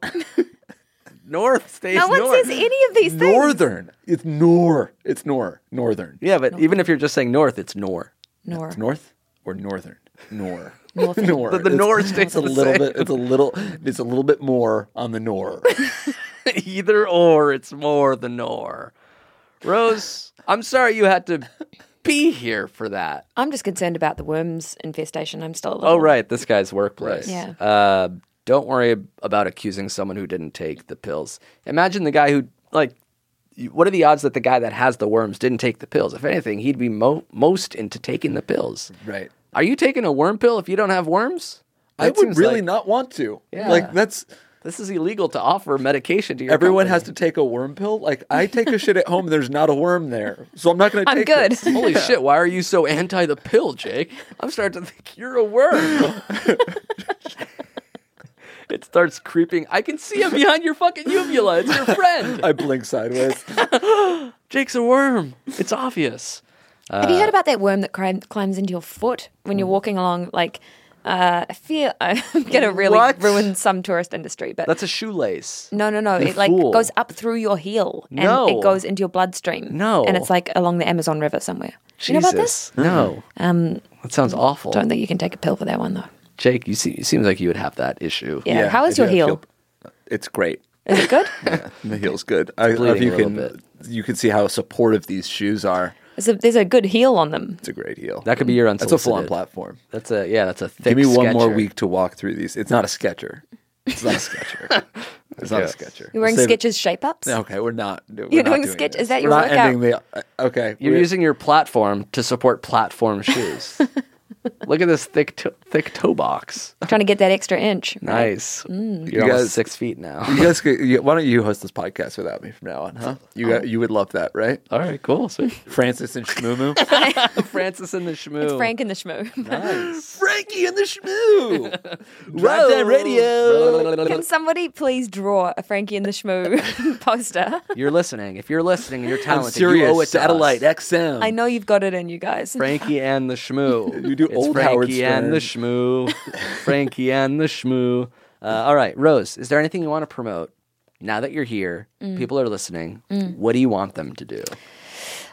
Speaker 3: North stays
Speaker 2: No one
Speaker 3: north.
Speaker 2: says any of these things.
Speaker 6: northern. It's nor. It's nor.
Speaker 3: [laughs]
Speaker 6: Northern.
Speaker 3: yeah, but even if you're just saying north, it's nor.
Speaker 2: Nor.
Speaker 6: It's north or northern.
Speaker 3: [laughs]
Speaker 6: Nor.
Speaker 2: Northern.
Speaker 6: Nor.
Speaker 3: The- the [laughs]
Speaker 6: It's-
Speaker 3: nor stays
Speaker 6: [laughs] It's a
Speaker 3: the
Speaker 6: little
Speaker 3: same.
Speaker 6: bit. It's a little. It's a little bit more on the nor.
Speaker 3: [laughs] Either or, it's more the nor. Rose, I'm sorry you had to be here for that.
Speaker 2: I'm just concerned about the worms infestation. I'm still a little.
Speaker 3: Oh, right. This guy's workplace.
Speaker 2: Right.
Speaker 3: Uh, don't worry ab- about accusing someone who didn't take the pills. Imagine the guy who, like, what are the odds that the guy that has the worms didn't take the pills? If anything, he'd be mo- most into taking the pills. [laughs]
Speaker 4: Right.
Speaker 3: Are you taking a worm pill if you don't have worms?
Speaker 4: I
Speaker 3: That
Speaker 4: would
Speaker 3: seems
Speaker 4: really
Speaker 3: like-
Speaker 4: not want to.
Speaker 3: Yeah.
Speaker 4: Like that's
Speaker 3: This is illegal to offer medication to your.
Speaker 4: everyone
Speaker 3: company.
Speaker 4: has to take a worm pill. Like I take a shit at home, there's not a worm there, so I'm not going to.
Speaker 2: I'm
Speaker 4: take
Speaker 2: good. [laughs]
Speaker 4: this.
Speaker 3: [laughs] Holy shit! Why are you so anti the pill, Jake? I'm starting to think you're
Speaker 4: [laughs]
Speaker 3: a worm. it starts creeping. I can see him behind your fucking uvula. It's your
Speaker 4: [laughs]
Speaker 3: friend.
Speaker 4: I blink sideways.
Speaker 3: [laughs] Jake's a worm. It's obvious.
Speaker 2: Have you
Speaker 3: Uh,
Speaker 2: heard about that worm that climb, climbs into your foot when
Speaker 3: Mm.
Speaker 2: you're walking along? Like, uh, I feel [laughs] I'm gonna really
Speaker 3: What?
Speaker 2: ruin some tourist industry, but
Speaker 3: That's a shoelace.
Speaker 2: no, no, no.
Speaker 3: You
Speaker 2: It like
Speaker 3: fool.
Speaker 2: goes up through your heel and
Speaker 3: No.
Speaker 2: it goes into your bloodstream.
Speaker 3: No.
Speaker 2: and it's like along the Amazon River somewhere. Do You know
Speaker 3: Jesus.
Speaker 2: about this?
Speaker 3: No.
Speaker 2: Um,
Speaker 3: That sounds awful.
Speaker 2: don't think you can take a pill for that one though.
Speaker 3: Jake, you see, it seems like you would have that issue.
Speaker 2: Yeah. How is
Speaker 4: I
Speaker 2: your
Speaker 4: do. I
Speaker 2: heel?
Speaker 4: feel- It's great.
Speaker 2: Is it
Speaker 4: [laughs]
Speaker 2: good?
Speaker 4: The heel's good. I love
Speaker 3: bleeding
Speaker 4: you
Speaker 3: a little
Speaker 4: can
Speaker 3: bit.
Speaker 4: you can see how supportive these shoes are.
Speaker 2: there's, a, there's a good heel on them.
Speaker 4: It's a great heel.
Speaker 3: That could be your
Speaker 4: That's
Speaker 3: unsolicited.
Speaker 4: a full-on platform.
Speaker 3: That's a yeah. That's a
Speaker 4: Give
Speaker 3: thick.
Speaker 4: me one more
Speaker 3: sketcher.
Speaker 4: week to walk through these. It's not a sketcher. It's not a
Speaker 2: [laughs]
Speaker 4: sketcher. It's not a sketcher.
Speaker 2: You're wearing
Speaker 4: Save it.
Speaker 2: Skechers shape ups.
Speaker 4: Okay, we're not. We're
Speaker 2: You're
Speaker 4: not
Speaker 2: doing
Speaker 4: doing
Speaker 2: Skech-
Speaker 4: this.
Speaker 2: is that your
Speaker 4: we're not
Speaker 2: workout?
Speaker 4: ending the. uh, okay,
Speaker 3: You're
Speaker 4: we're- [laughs]
Speaker 3: using your platform to support platform shoes. Look at this thick, to- thick toe box.
Speaker 2: Trying to get that extra inch.
Speaker 4: [laughs]
Speaker 2: right?
Speaker 3: Nice. You're
Speaker 4: Mm. You
Speaker 3: almost
Speaker 4: guys-
Speaker 3: six feet
Speaker 4: [laughs]
Speaker 3: now.
Speaker 4: You guys, could, you, why don't you host this podcast without me from now on, huh? You
Speaker 2: Oh.
Speaker 4: got, you would love that, right?
Speaker 3: All right, cool. [laughs] Sweet.
Speaker 4: Francis and
Speaker 2: [laughs]
Speaker 4: Shmoo.
Speaker 3: Francis and the Shmoo.
Speaker 2: It's Frank and the Schmoo.
Speaker 4: [gasps] Frankie and the Shmoo. Drive-time radio.
Speaker 2: [laughs] Can somebody please draw a Frankie and the Schmoo [laughs] poster?
Speaker 3: You're listening. If you're listening and you're
Speaker 4: I'm
Speaker 3: talented,
Speaker 4: serious.
Speaker 3: you owe it to
Speaker 4: Satellite
Speaker 3: us.
Speaker 4: XM.
Speaker 2: I know you've got it in you guys.
Speaker 3: Frankie and the Shmoo.
Speaker 4: [laughs] You do
Speaker 3: it's
Speaker 4: old
Speaker 3: Frankie
Speaker 4: Howard
Speaker 3: and the Shmoo.
Speaker 4: [laughs]
Speaker 3: Frankie and the Shmoo. Uh, all right, Rose. Is there anything you want to promote now that you're here?
Speaker 4: Mm.
Speaker 3: People are listening. What do you want them to do?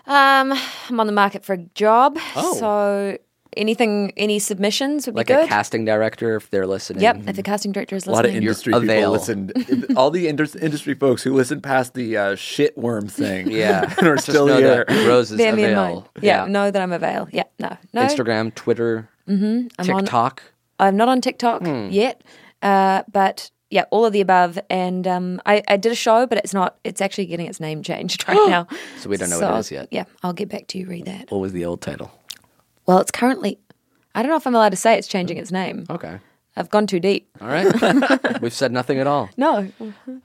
Speaker 2: Um, I'm on the market for a job,
Speaker 3: Oh.
Speaker 2: so anything, any submissions would
Speaker 3: Like
Speaker 2: be
Speaker 3: a
Speaker 2: good.
Speaker 3: casting director, if they're listening.
Speaker 2: yep, if the casting director is
Speaker 4: A lot of
Speaker 2: listening.
Speaker 4: industry
Speaker 3: You're
Speaker 4: people
Speaker 3: avail.
Speaker 4: listened. All the indus- industry folks who listened past the uh, shit worm thing,
Speaker 3: Yeah,
Speaker 4: and are
Speaker 3: Just
Speaker 4: still
Speaker 3: know
Speaker 4: here.
Speaker 3: that Rose is
Speaker 2: Bear me in mind.
Speaker 3: avail.
Speaker 2: Yeah, know that I'm avail. Yeah, no, no.
Speaker 3: Instagram, Twitter,
Speaker 2: Mm-hmm. on-
Speaker 3: TikTok.
Speaker 2: I'm not on TikTok
Speaker 3: Hmm.
Speaker 2: yet, uh, but yeah, all of the above. And um, I, I did a show, but it's not. It's actually getting its name changed [laughs] right
Speaker 3: [gasps]
Speaker 2: now.
Speaker 3: So we don't know what it is yet.
Speaker 2: Yeah, I'll get back to you. Read that.
Speaker 3: What was the old title?
Speaker 2: Well, it's currently. I don't know if I'm allowed to say it's changing its name.
Speaker 3: Okay.
Speaker 2: I've gone too deep.
Speaker 3: All
Speaker 2: [laughs]
Speaker 3: right. We've said nothing at all.
Speaker 2: No,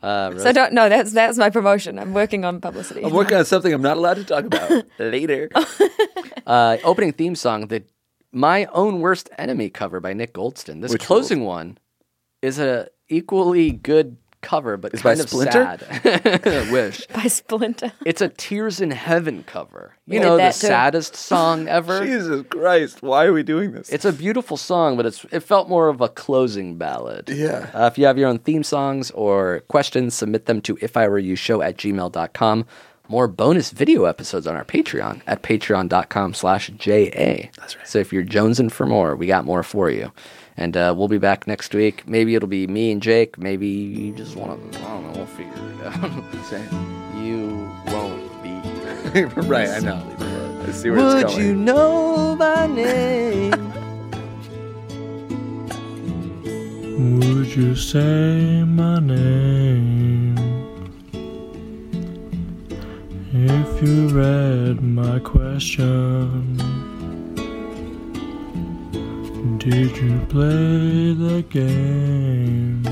Speaker 3: Uh, Rose,
Speaker 2: so don't. No, that's that's my promotion. I'm working on
Speaker 3: Oh,
Speaker 2: publicity.
Speaker 4: I'm working on something I'm not allowed to talk about later.
Speaker 3: uh, opening theme song, the My Own Worst Enemy cover by Nick Goldston. This closing one is a equally good cover, but
Speaker 4: by
Speaker 3: kind of
Speaker 4: Splinter?
Speaker 3: sad. [laughs] Wish.
Speaker 2: [laughs] by Splinter.
Speaker 3: It's a Tears in Heaven cover. You
Speaker 2: We
Speaker 3: know, the
Speaker 2: did that too.
Speaker 3: saddest song ever.
Speaker 4: Jesus Christ, why are we doing this?
Speaker 3: It's a beautiful song, but it's it felt more of a closing ballad.
Speaker 4: Yeah.
Speaker 3: Uh, if you have your own theme songs or questions, submit them to if I were you show at gmail.com. More bonus video episodes on our Patreon at patreon.com slash JA. That's right. So if you're jonesing for more, we got more for you. And uh, we'll be back next week. Maybe it'll be me and Jake. Maybe you just want to, I don't know, we'll figure
Speaker 4: [laughs]
Speaker 3: it out. you won't be here.
Speaker 4: right, I know. I see where
Speaker 3: Would
Speaker 4: it's going.
Speaker 3: you know my name?
Speaker 7: Would you say my name if you read my question? Did you play the game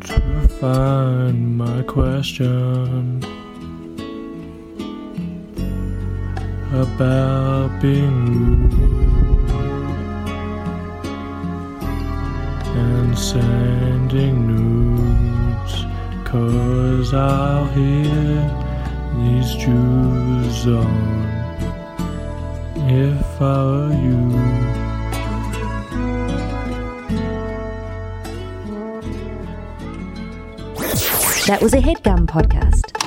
Speaker 7: to find my question about being rude? and sending nudes. Cause I'll hear these Jews on if I were you.
Speaker 8: That was a headgum podcast.